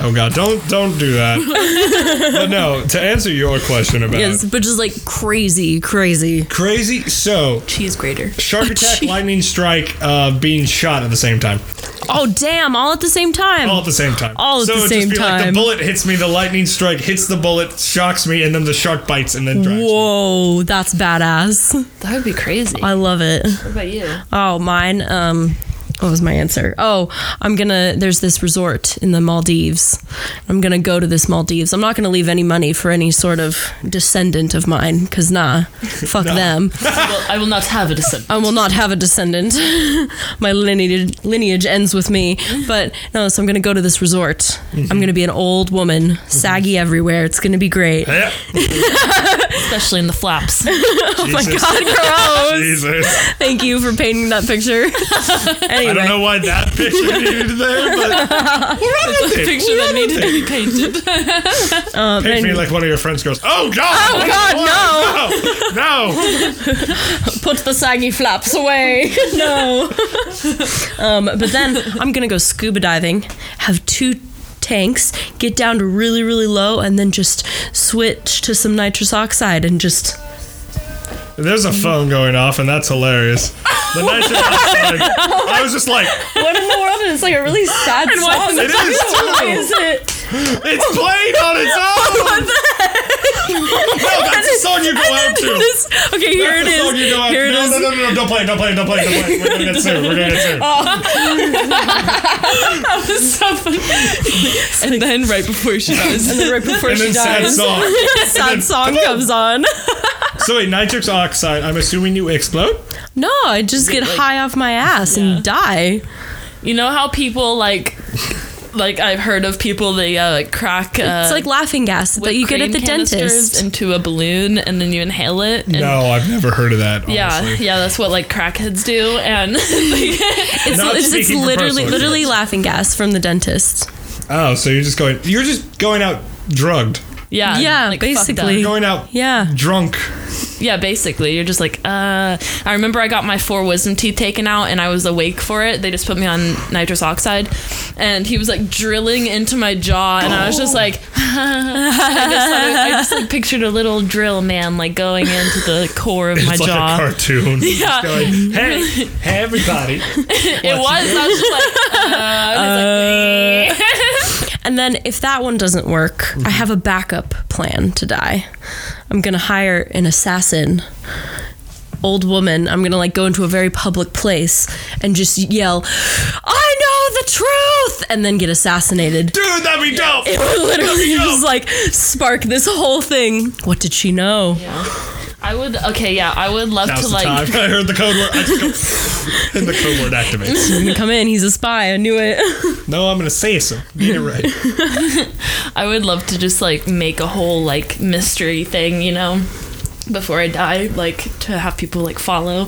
S1: Oh god, don't don't do that. but no, to answer your question about
S3: yes, but just like crazy, crazy.
S1: crazy, so
S2: Cheese grater.
S1: shark attack, lightning strike, uh, being shot at the same time,
S3: Oh damn! All at the same time.
S1: all at the same time,
S3: All at
S1: so
S3: the
S1: it'd
S3: same
S1: just be Like the
S3: time.
S1: bullet hits me, the lightning strike hits the bullet, shocks me, and then the shark bites and then drags. me.
S3: Whoa, that's badass.
S2: That would be crazy. What
S3: I love it.
S2: about you?
S3: Oh, mine. Um, what was my answer? Oh, I'm gonna. There's this resort in the Maldives. I'm gonna go to this Maldives. I'm not gonna leave any money for any sort of descendant of mine, cause nah, fuck them.
S2: Well, I will not have a descent.
S3: I will not have a descendant. My lineage lineage ends with me. But no, so I'm gonna go to this resort.
S1: Mm-hmm.
S3: I'm gonna be an old woman, saggy everywhere. It's gonna be great.
S1: Yeah.
S2: especially in the flaps.
S1: Jesus.
S3: Oh God, gross.
S1: Jesus.
S3: Thank you for painting that picture. anyway.
S1: I don't know why that picture needed there, but
S2: That's the picture that needed to be painted.
S1: picture me like one of your friends goes, "Oh God!
S3: Oh, God,
S1: no! No!
S3: put the saggy flaps away. no. um, but then I'm gonna go scuba diving, have two tanks, get down to really, really low, and then just switch to some nitrous oxide and just
S1: There's a phone going off, and that's hilarious. The night shift, I was like- I was just like,
S3: what in the world? And it's like a really sad song.
S1: it is too.
S3: Why is it?
S1: It's playing on its own. that's the song you go out to.
S3: This- okay, here it
S1: That's the
S3: is.
S1: song you go out
S3: Here
S1: to.
S3: it
S1: No,
S3: is.
S1: no, no, no, no, don't play it, don't play it, don't play it, don't play it. We're gonna get sued. We're gonna get
S3: Oh,
S1: sued.
S2: That was so funny.
S3: And then right before she dies, and then right before
S1: and
S3: she
S1: then sad
S3: dies,
S1: song.
S3: sad song comes on.
S1: So wait, nitrous oxide. I'm assuming you explode.
S3: No, I just get
S2: like-
S3: high off my ass and die.
S2: You know how people like, like I've heard of people they uh, like crack. Uh,
S3: It's like laughing gas that
S2: whipped
S3: you get at
S2: cream
S3: the
S2: canisters
S3: dentist.
S2: into a balloon and then you inhale it. And
S1: No, I've never heard of that.
S2: Yeah,
S1: honestly.
S2: yeah, that's what like crackheads do, and
S3: It's,
S1: Not
S3: it's, it's
S1: speaking from
S3: literally
S1: personal
S3: literally laughing gas from the dentist.
S1: Oh, so you're just going. You're just going out drugged.
S2: yeah,
S3: Yeah,
S2: like, fucked up.
S3: basically.
S1: Going out
S3: Yeah.
S1: drunk.
S2: yeah, basically, you're just like, uh, I remember I got my four wisdom teeth taken out, and I was awake for it. They just put me on nitrous oxide, and he was like drilling into my jaw, and I was just like, I just, thought it- I just like pictured a little drill man like going into the core of my
S1: It's like
S2: jaw.
S1: a cartoon.
S2: Yeah.
S1: Just going, hey, hey, everybody.
S2: it was. I was just like, uh, I was like,
S3: And then if that one doesn't work,
S1: Mm-hmm.
S3: I have a backup plan to die. I'm gonna hire an assassin. Old woman, I'm gonna like go into a very public place and just yell, I know the truth! And then get assassinated.
S1: Dude, that'd be dope.
S3: It would literally
S1: Yo.
S3: just like spark this whole thing. What did she know?
S2: I would. Okay, yeah, I would love
S1: Now's
S2: to
S1: the
S2: like.
S1: time. I heard the code word. I just go, and the code word activates.
S3: He's gonna come in, he's a spy, I knew it.
S1: No, I'm gonna say so. Get it right.
S2: I would love to just like make a whole like mystery thing, you know, before I die, like to have people like follow.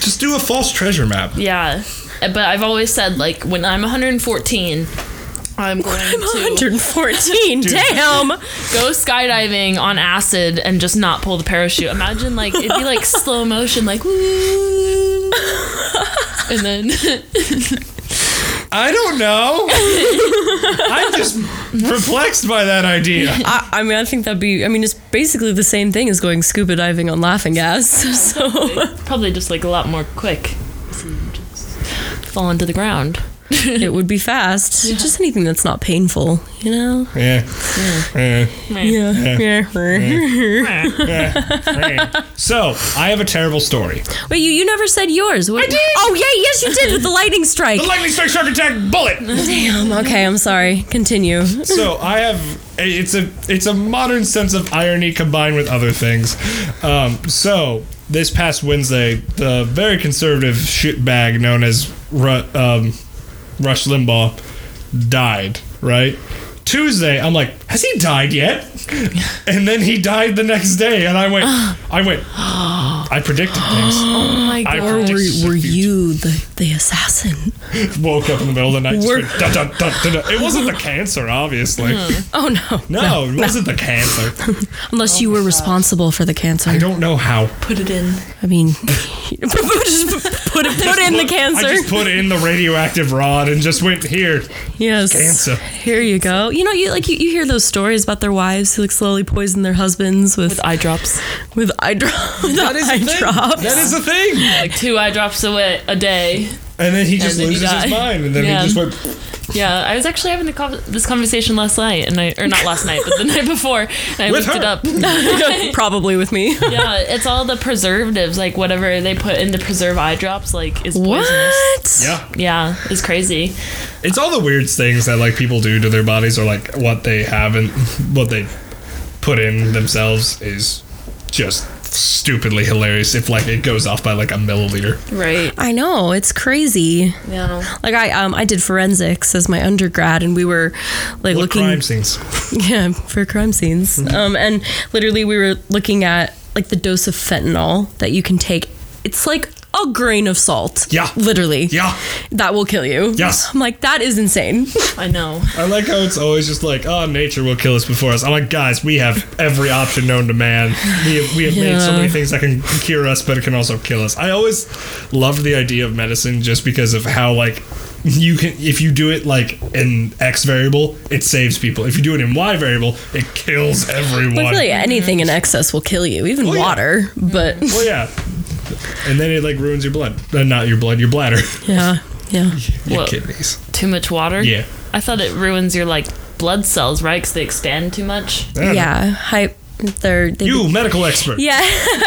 S1: Just do a false treasure map.
S2: Yeah. But I've always said like when I'm 114, I'm going to
S3: 114, damn!
S2: go skydiving on acid and just not pull the parachute. Imagine like it'd be like slow motion like woo. And then
S1: I don't know. I'm just perplexed by that idea.
S3: I, I mean, I think that'd be, I mean, it's basically the same thing as going scuba diving on laughing gas. So
S2: probably just like a lot more quick. Fall into the ground.
S3: it would be fast. Just anything that's not painful, you know?
S1: Yeah. Yeah.
S3: Yeah.
S1: So, I have a terrible story.
S3: Wait, you, you never said yours. What? I
S1: did!
S3: Oh, yeah, yes, you did with the lightning strike.
S1: The lightning strike shark attack bullet.
S3: Damn, okay, I'm sorry. Continue.
S1: So, I have a- it's a it's a modern sense of irony combined with other things. Um, so, this past Wednesday, the very conservative shitbag known as Ru- um, Rush Limbaugh died, right? Tuesday, I'm like, has he died yet? And then he died the next day, and I went, I went, I predicted things.
S2: Oh my
S1: I
S2: god.
S3: Or
S1: predicted
S3: were,
S1: the
S3: were
S1: future.
S3: you the, the assassin?
S1: woke up in the middle of the night. just
S3: We're-
S1: went, dun, dun, dun, dun, dun. It wasn't the cancer, obviously.
S3: Oh, no.
S1: No, it wasn't the cancer.
S3: Unless you were responsible for the cancer.
S1: I
S3: I,
S1: don't know how.
S2: Put it in.
S3: mean, just put, it- put in the cancer.
S1: I just put in the radioactive rod and just went here.
S3: Yes.
S1: Cancer.
S3: Here you go. You know, you like you, you hear those stories about their wives who like slowly poison their husbands with
S2: With eye drops.
S3: with eye, dro- with eye drops.
S1: That is the thing.
S2: like two eye drops a, wa- a day.
S1: And then he just
S2: then he
S1: loses
S2: died.
S1: his mind, and then
S2: Yeah.
S1: he just went.
S2: Yeah, I was actually having the con this conversation last night, and I or not last night, but the night before, and I
S1: With
S2: looked it
S1: her.
S2: up.
S3: Probably with me.
S2: Yeah, it's all the preservatives, like whatever they put in to preserve eye drops, like is poisonous.
S1: Yeah,
S2: Yeah, it's crazy.
S1: it's all the weird things that like people do to their bodies, or like what they have and what they put in themselves is just stupidly hilarious. If like it goes off by like a milliliter,
S2: Right.
S3: I know it's crazy.
S2: Yeah.
S3: Like I um I did forensics as my undergrad, and we were like
S1: what
S3: looking
S1: crime scenes?
S3: yeah for crime scenes.
S1: Mm-hmm.
S3: Um and literally we were looking at like the dose of fentanyl that you can take. It's like a grain of salt.
S1: Yeah.
S3: Literally.
S1: Yeah.
S3: That will kill you.
S1: Yes.
S3: I'm like that is insane.
S2: I know.
S1: I like how it's always just like, oh, nature will kill us before us. I'm like, guys, we have every option known to man. We have, we have made so
S3: Yeah.
S1: many things that can cure us, but it can also kill us. I always loved the idea of medicine just because of how, like, you can, if you do it, like, in X variable, it saves people. If you do it in Y variable, it kills everyone.
S3: Like really, anything in excess will kill you, even
S1: Oh, yeah.
S3: water. But
S1: Well, yeah. And then it, like, ruins your blood. Uh, not your blood, your bladder.
S3: yeah, yeah.
S1: your
S2: Well-
S1: kidneys.
S2: Too much water.
S1: Yeah.
S2: I thought it ruins your like blood cells, right? Because they expand too much.
S1: I don't know.
S3: Yeah, hy- They're they
S1: You, medical expert.
S3: yeah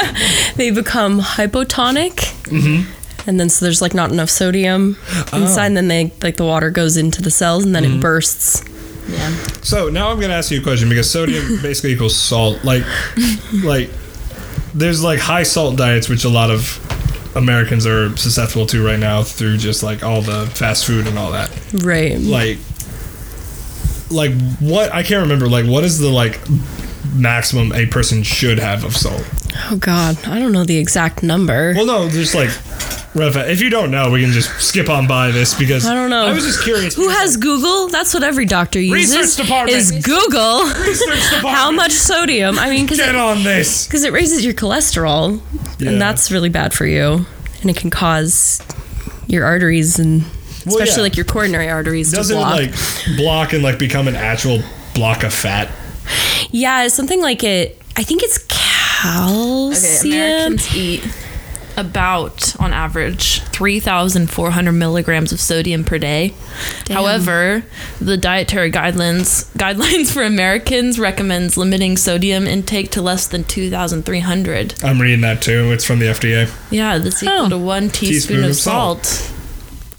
S3: they become hypotonic.
S1: Mm-hmm.
S3: And then so there's like not enough sodium
S1: Oh.
S3: inside, and then they like the water goes into the cells, and then
S1: Mm-hmm.
S3: it bursts.
S2: Yeah.
S1: So now I'm gonna ask you a question because sodium basically equals salt. Like, like there's like high salt diets, which a lot of Americans are susceptible to right now through just like all the fast food and all that.
S3: Right.
S1: Like, like what I can't remember. Like, what is the like maximum a person should have of salt?
S3: Oh God, I don't know the exact number.
S1: Well, no, just like. Refa- If you don't know, we can just skip on by this because
S3: I don't know.
S1: I was just curious.
S3: Who has Google? That's what every doctor uses.
S1: Research department.
S3: Is Google
S1: Research department.
S3: how much sodium? I mean, because
S1: Get
S3: it,
S1: on this.
S3: 'cause it raises your cholesterol,
S1: Yeah.
S3: and that's really bad for you, and it can cause your arteries and
S1: Well,
S3: especially
S1: yeah.
S3: like your coronary arteries to
S1: Doesn't it
S3: block.
S1: like block and like become an actual block of fat?
S3: yeah, it's something like it. I think it's
S2: Okay,
S3: calcium.
S2: Americans eat about, on average, 3,400 milligrams of sodium per day. However, the dietary guidelines guidelines for Americans recommends limiting sodium intake to less than 2,300.
S1: I'm reading that too. It's from the FDA.
S2: Yeah, that's equal
S3: Oh.
S2: to one teaspoon,
S1: Teaspoon
S2: of
S1: of salt.
S2: salt.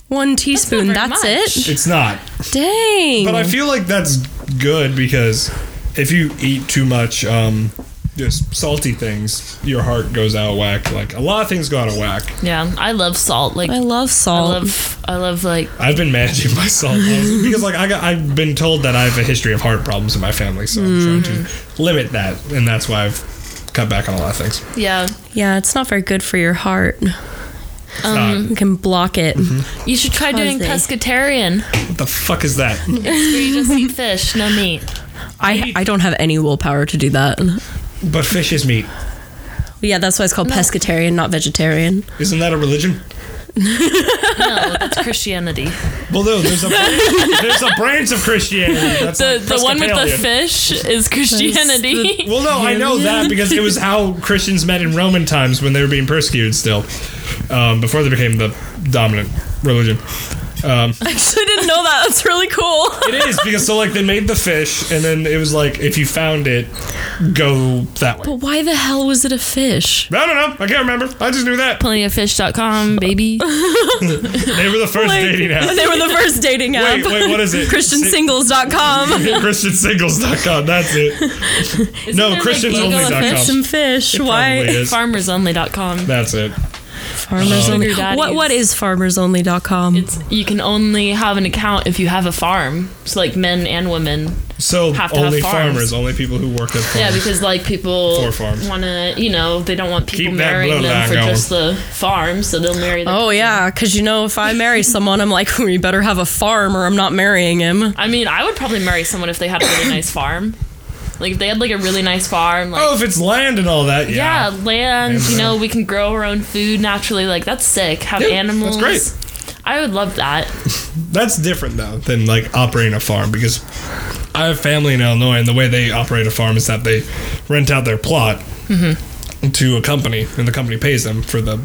S3: One teaspoon.
S2: very
S3: That's,
S2: much.
S1: It's not,
S3: it. Dang.
S1: but I feel like that's good because if you eat too much, um, just salty things, your heart goes out of whack. Like a lot of things go out of whack.
S2: Yeah, I love salt. Like
S3: I love
S2: I
S3: salt.
S2: love, I love like
S1: I've been managing my salt levels because like I got, I've been told that I have a history of heart problems in my family, so I'm trying to limit that, and that's why I've cut back on a lot of things.
S2: yeah.
S3: yeah, it's not very good for your heart.
S1: It's not.
S3: You can block it.
S2: You should try doing
S3: Cozy.
S2: pescatarian.
S1: What the fuck is that?
S2: where you just eat fish, no meat.
S3: I I don't have any willpower to do that.
S1: But fish is meat.
S3: Yeah, that's why it's called pescatarian, not vegetarian.
S1: Isn't that a religion?
S2: No, Oh, that's Christianity.
S1: Well, no, there's a branch, there's a branch of Christianity. That's
S2: The
S1: like
S2: the one with the
S1: Presbyterian.
S2: fish is Christianity.
S1: Well, no, I know that because it was how Christians met in Roman times when they were being persecuted. Still, um, before they became the dominant religion. Um,
S3: I actually didn't know that. That's really cool.
S1: it is because so like they made the fish, and then it was like if you found it, go that way.
S3: Why the hell was it a fish?
S1: I don't know. I can't remember. I just knew that
S2: Plentyoffish.com, baby.
S1: they were the first dating app.
S3: They were the first dating app.
S1: Wait, wait, what is it?
S3: ChristianSingles.com.
S1: ChristianSingles.com. That's it. no,
S3: Fish
S1: ChristiansOnly.com.
S3: and fish. Why?
S1: Probably is. Uh,
S2: Farmersonly.com.
S1: That's it.
S3: Farmers
S1: um,
S3: only.
S2: Sugar daddies.
S3: What what is farmersonly.com?
S2: It's you can only have an account if you have a farm. So like men and women.
S1: So
S2: have to have
S1: only
S2: farms.
S1: farmers, only people who work at farms.
S2: Yeah, because like people
S1: Four farms.
S2: want to, you know, they don't want people
S1: Keep that
S2: marrying them
S1: bloodline
S2: for
S1: going.
S2: just the farm, so they'll marry. The,
S3: Oh yeah, because you know if I marry someone, I'm like, we better have a farm or I'm not marrying him.
S2: I mean, I would probably marry someone if they had a really nice farm. Like if they had like a really nice farm, like
S1: oh, if it's land and all that, yeah.
S2: yeah, land.
S1: Amen.
S2: You know, we can grow our own food naturally. Like that's sick. Have
S1: Yeah, that's
S2: animals.
S1: great.
S2: I would love that.
S1: That's different though than like operating a farm because I have family in Illinois, and the way they operate a farm is that they rent out their plot
S2: Mm-hmm.
S1: to a company, and the company pays them for the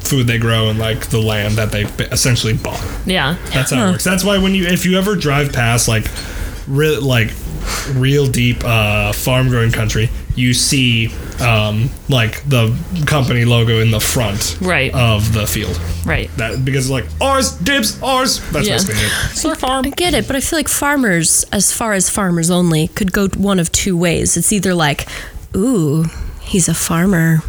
S1: food they grow and like the land that they essentially bought.
S2: Yeah.
S1: That's how it works. That's why when you if you ever drive past like real like real deep uh, farm growing country, you see um, like the company logo in the front
S2: Right.
S1: of the field.
S2: Right.
S1: That because like ours dibs ours. That's
S2: Yeah.
S1: basically it.
S2: Sort farm.
S3: I get it, but I feel like farmers, as far as farmers only, could go one of two ways. It's either like, ooh, he's a farmer,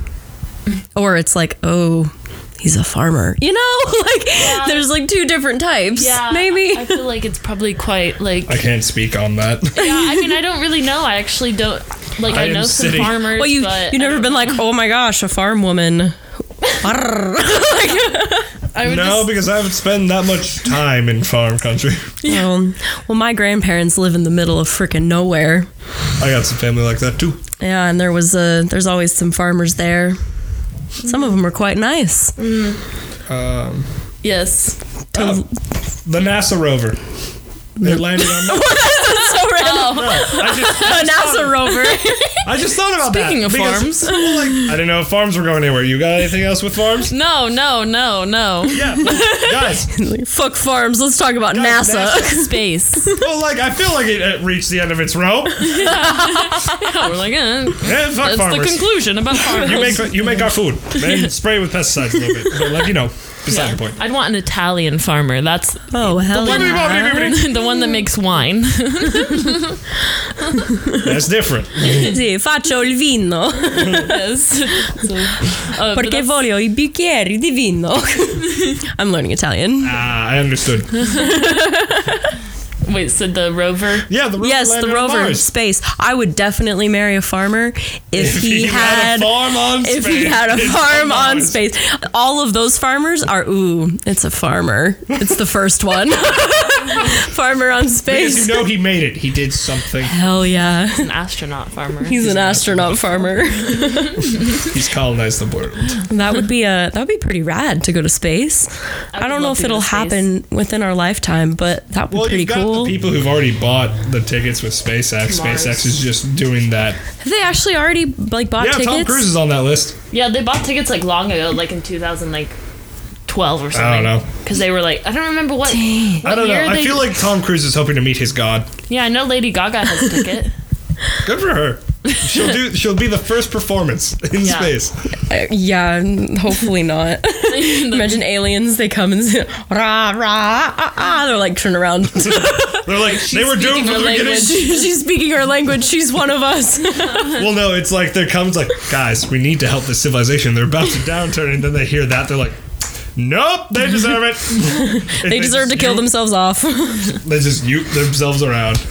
S3: or it's like, oh, he's a farmer. You know, like there's like two different types. maybe.
S2: I feel like it's probably quite like.
S1: I can't speak on that.
S2: Yeah, I mean, I don't really know. I actually don't. Like,
S1: I
S2: I,
S1: am
S2: know some
S1: sitting-
S2: farmers.
S3: well, you
S2: but
S3: you never been like, oh my gosh, a farm woman.
S2: I
S1: no,
S2: would just-
S1: because I haven't spent that much time in farm country.
S3: Well, well, my grandparents live in the middle of frickin' nowhere.
S1: I got some family like that too.
S3: Yeah, and there was a there's always some farmers there. Some of them are quite nice.
S1: Um,
S2: yes.
S1: uh, the NASA rover. It landed on
S3: It's so random.
S1: I just, I
S3: A
S1: just thought,
S3: NASA rover.
S1: I just thought about
S2: Speaking
S1: that.
S2: of
S1: because-
S2: farms.
S1: well, like, I didn't know if farms were going anywhere. You got anything else with farms?
S2: No, no, no, no.
S1: Yeah, well, guys.
S3: Fuck farms. Let's talk about
S1: Guys,
S3: NASA.
S2: Space.
S1: Well, like I feel like it, it reached the end of its rope.
S2: Yeah, we're like, eh,
S1: Eh, fuck
S2: that's the
S1: farmers.
S2: conclusion about farmers.
S1: you make you make our food. Then spray with pesticides a little bit. But like you know, beside the point.
S2: I'd want an Italian farmer. That's
S3: Oh hell
S1: Blah, blah, blah, blah, blah,
S2: the one that makes wine.
S1: blah. That's different.
S3: Sì, faccio il vino
S2: yes. So, uh, but
S3: perché
S2: that's-
S3: voglio i bicchieri di vino. I'm learning Italian.
S1: Ah, I understood.
S2: wait, so the rover?
S1: Yeah, the rover.
S3: Yes,
S1: landed on
S3: the rover in
S1: Mars.
S3: space. I would definitely marry a farmer if,
S1: If
S3: he, had,
S1: a farm on
S3: if
S1: space.
S3: he had a
S1: it's
S3: farm on
S1: Mars.
S3: space. All of those farmers are ooh, it's a farmer. It's the first one. farmer on
S1: Because
S3: space.
S1: you know he made it. He did something.
S3: Hell yeah.
S2: An astronaut farmer.
S3: He's an astronaut farmer.
S1: He's colonized the world.
S3: That would be a that would be pretty rad to go to space. I,
S2: would
S3: don't know
S2: love to
S3: if
S2: go
S3: it'll
S2: to space.
S3: happen within our lifetime, but that would be
S1: Well,
S3: pretty
S1: you've got
S3: cool.
S1: the people who've already bought the tickets with SpaceX.
S2: Mars.
S1: SpaceX is just doing that.
S3: Have they actually already like bought
S1: yeah,
S3: tickets?
S1: Tom Cruise is on that list.
S2: Yeah, they bought tickets like long ago, like in 2000, like 12 or something.
S1: know.
S2: Because they were like, I don't remember what.
S1: I don't know.
S2: year
S1: I
S2: they-
S1: feel like Tom Cruise is hoping to meet his god.
S2: Yeah, I know Lady Gaga has a ticket.
S1: Good for her. She'll do. She'll be the first performance in
S2: Yeah.
S1: space.
S3: Uh, yeah, n- hopefully not.
S2: Uh,
S3: Imagine aliens, they come and say, rah, rah, ah, ah. They're like, turn around.
S1: They're like they were doomed
S2: speaking
S1: from the
S2: her
S1: beginning.
S2: language.
S3: She's speaking our language. She's one of us.
S1: Well, no, it's like there comes like guys, we need to help this civilization. They're about to downturn, and then they hear that they're like, nope, they deserve it. If
S3: They deserve
S1: just
S3: to kill
S1: you-
S3: themselves off.
S1: They just you themselves around.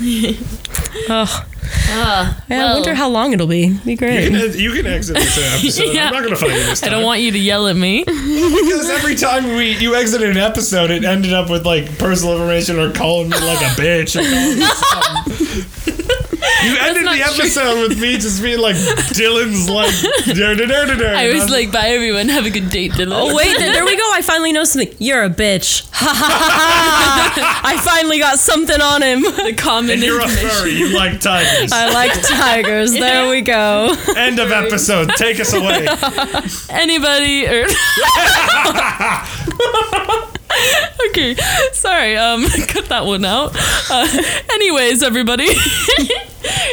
S3: Ugh.
S2: Uh,
S3: Yeah, I
S2: well,
S3: wonder how long it'll be. Be
S1: You
S3: great.
S1: can, you can exit this episode.
S2: Yeah.
S1: I'm not gonna fight you this
S2: I
S1: time.
S2: don't want you to yell at me.
S1: Because every time we you exited an episode, it ended up with like personal information or calling me like a bitch. Or calling me something. you ended
S2: not
S1: the
S2: true.
S1: episode with me just being like Dylan's like. "Dur, dur, dur, dur, dur,"
S2: I
S1: and
S2: was
S1: I'm-
S2: like, bye everyone, have a good date, Dylan.
S3: Oh, wait, there we go. I finally know something. You're a bitch. I finally got something on him.
S2: the common
S1: and you're a furry. You like tigers.
S3: I like tigers. There we go.
S1: End of episode. Take us away.
S2: anybody or okay sorry um cut that one out uh, anyways everybody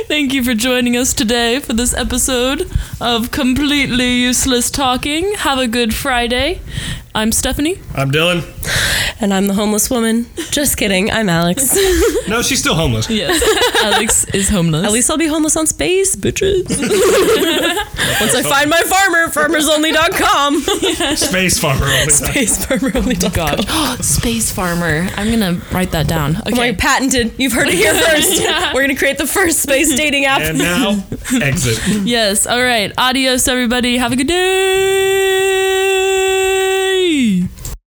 S2: thank you for joining us today for this episode of completely useless talking have a good friday i'm stephanie
S1: I'm Dylan.
S3: And I'm the homeless woman. Just kidding. I'm Alex.
S1: No, she's still homeless.
S2: yes alex is homeless
S3: At least I'll be homeless on space, bitches. Once I find my farmer, farmersonly.com.
S1: Space farmer. Only time.
S3: Space farmer only dot com.
S2: Oh
S3: Oh
S2: god space farmer i'm gonna write that down okay
S3: Like patented. You've heard it here first.
S2: Yeah.
S3: We're gonna create the first space dating app.
S1: And now exit.
S2: yes all right adios everybody have a good day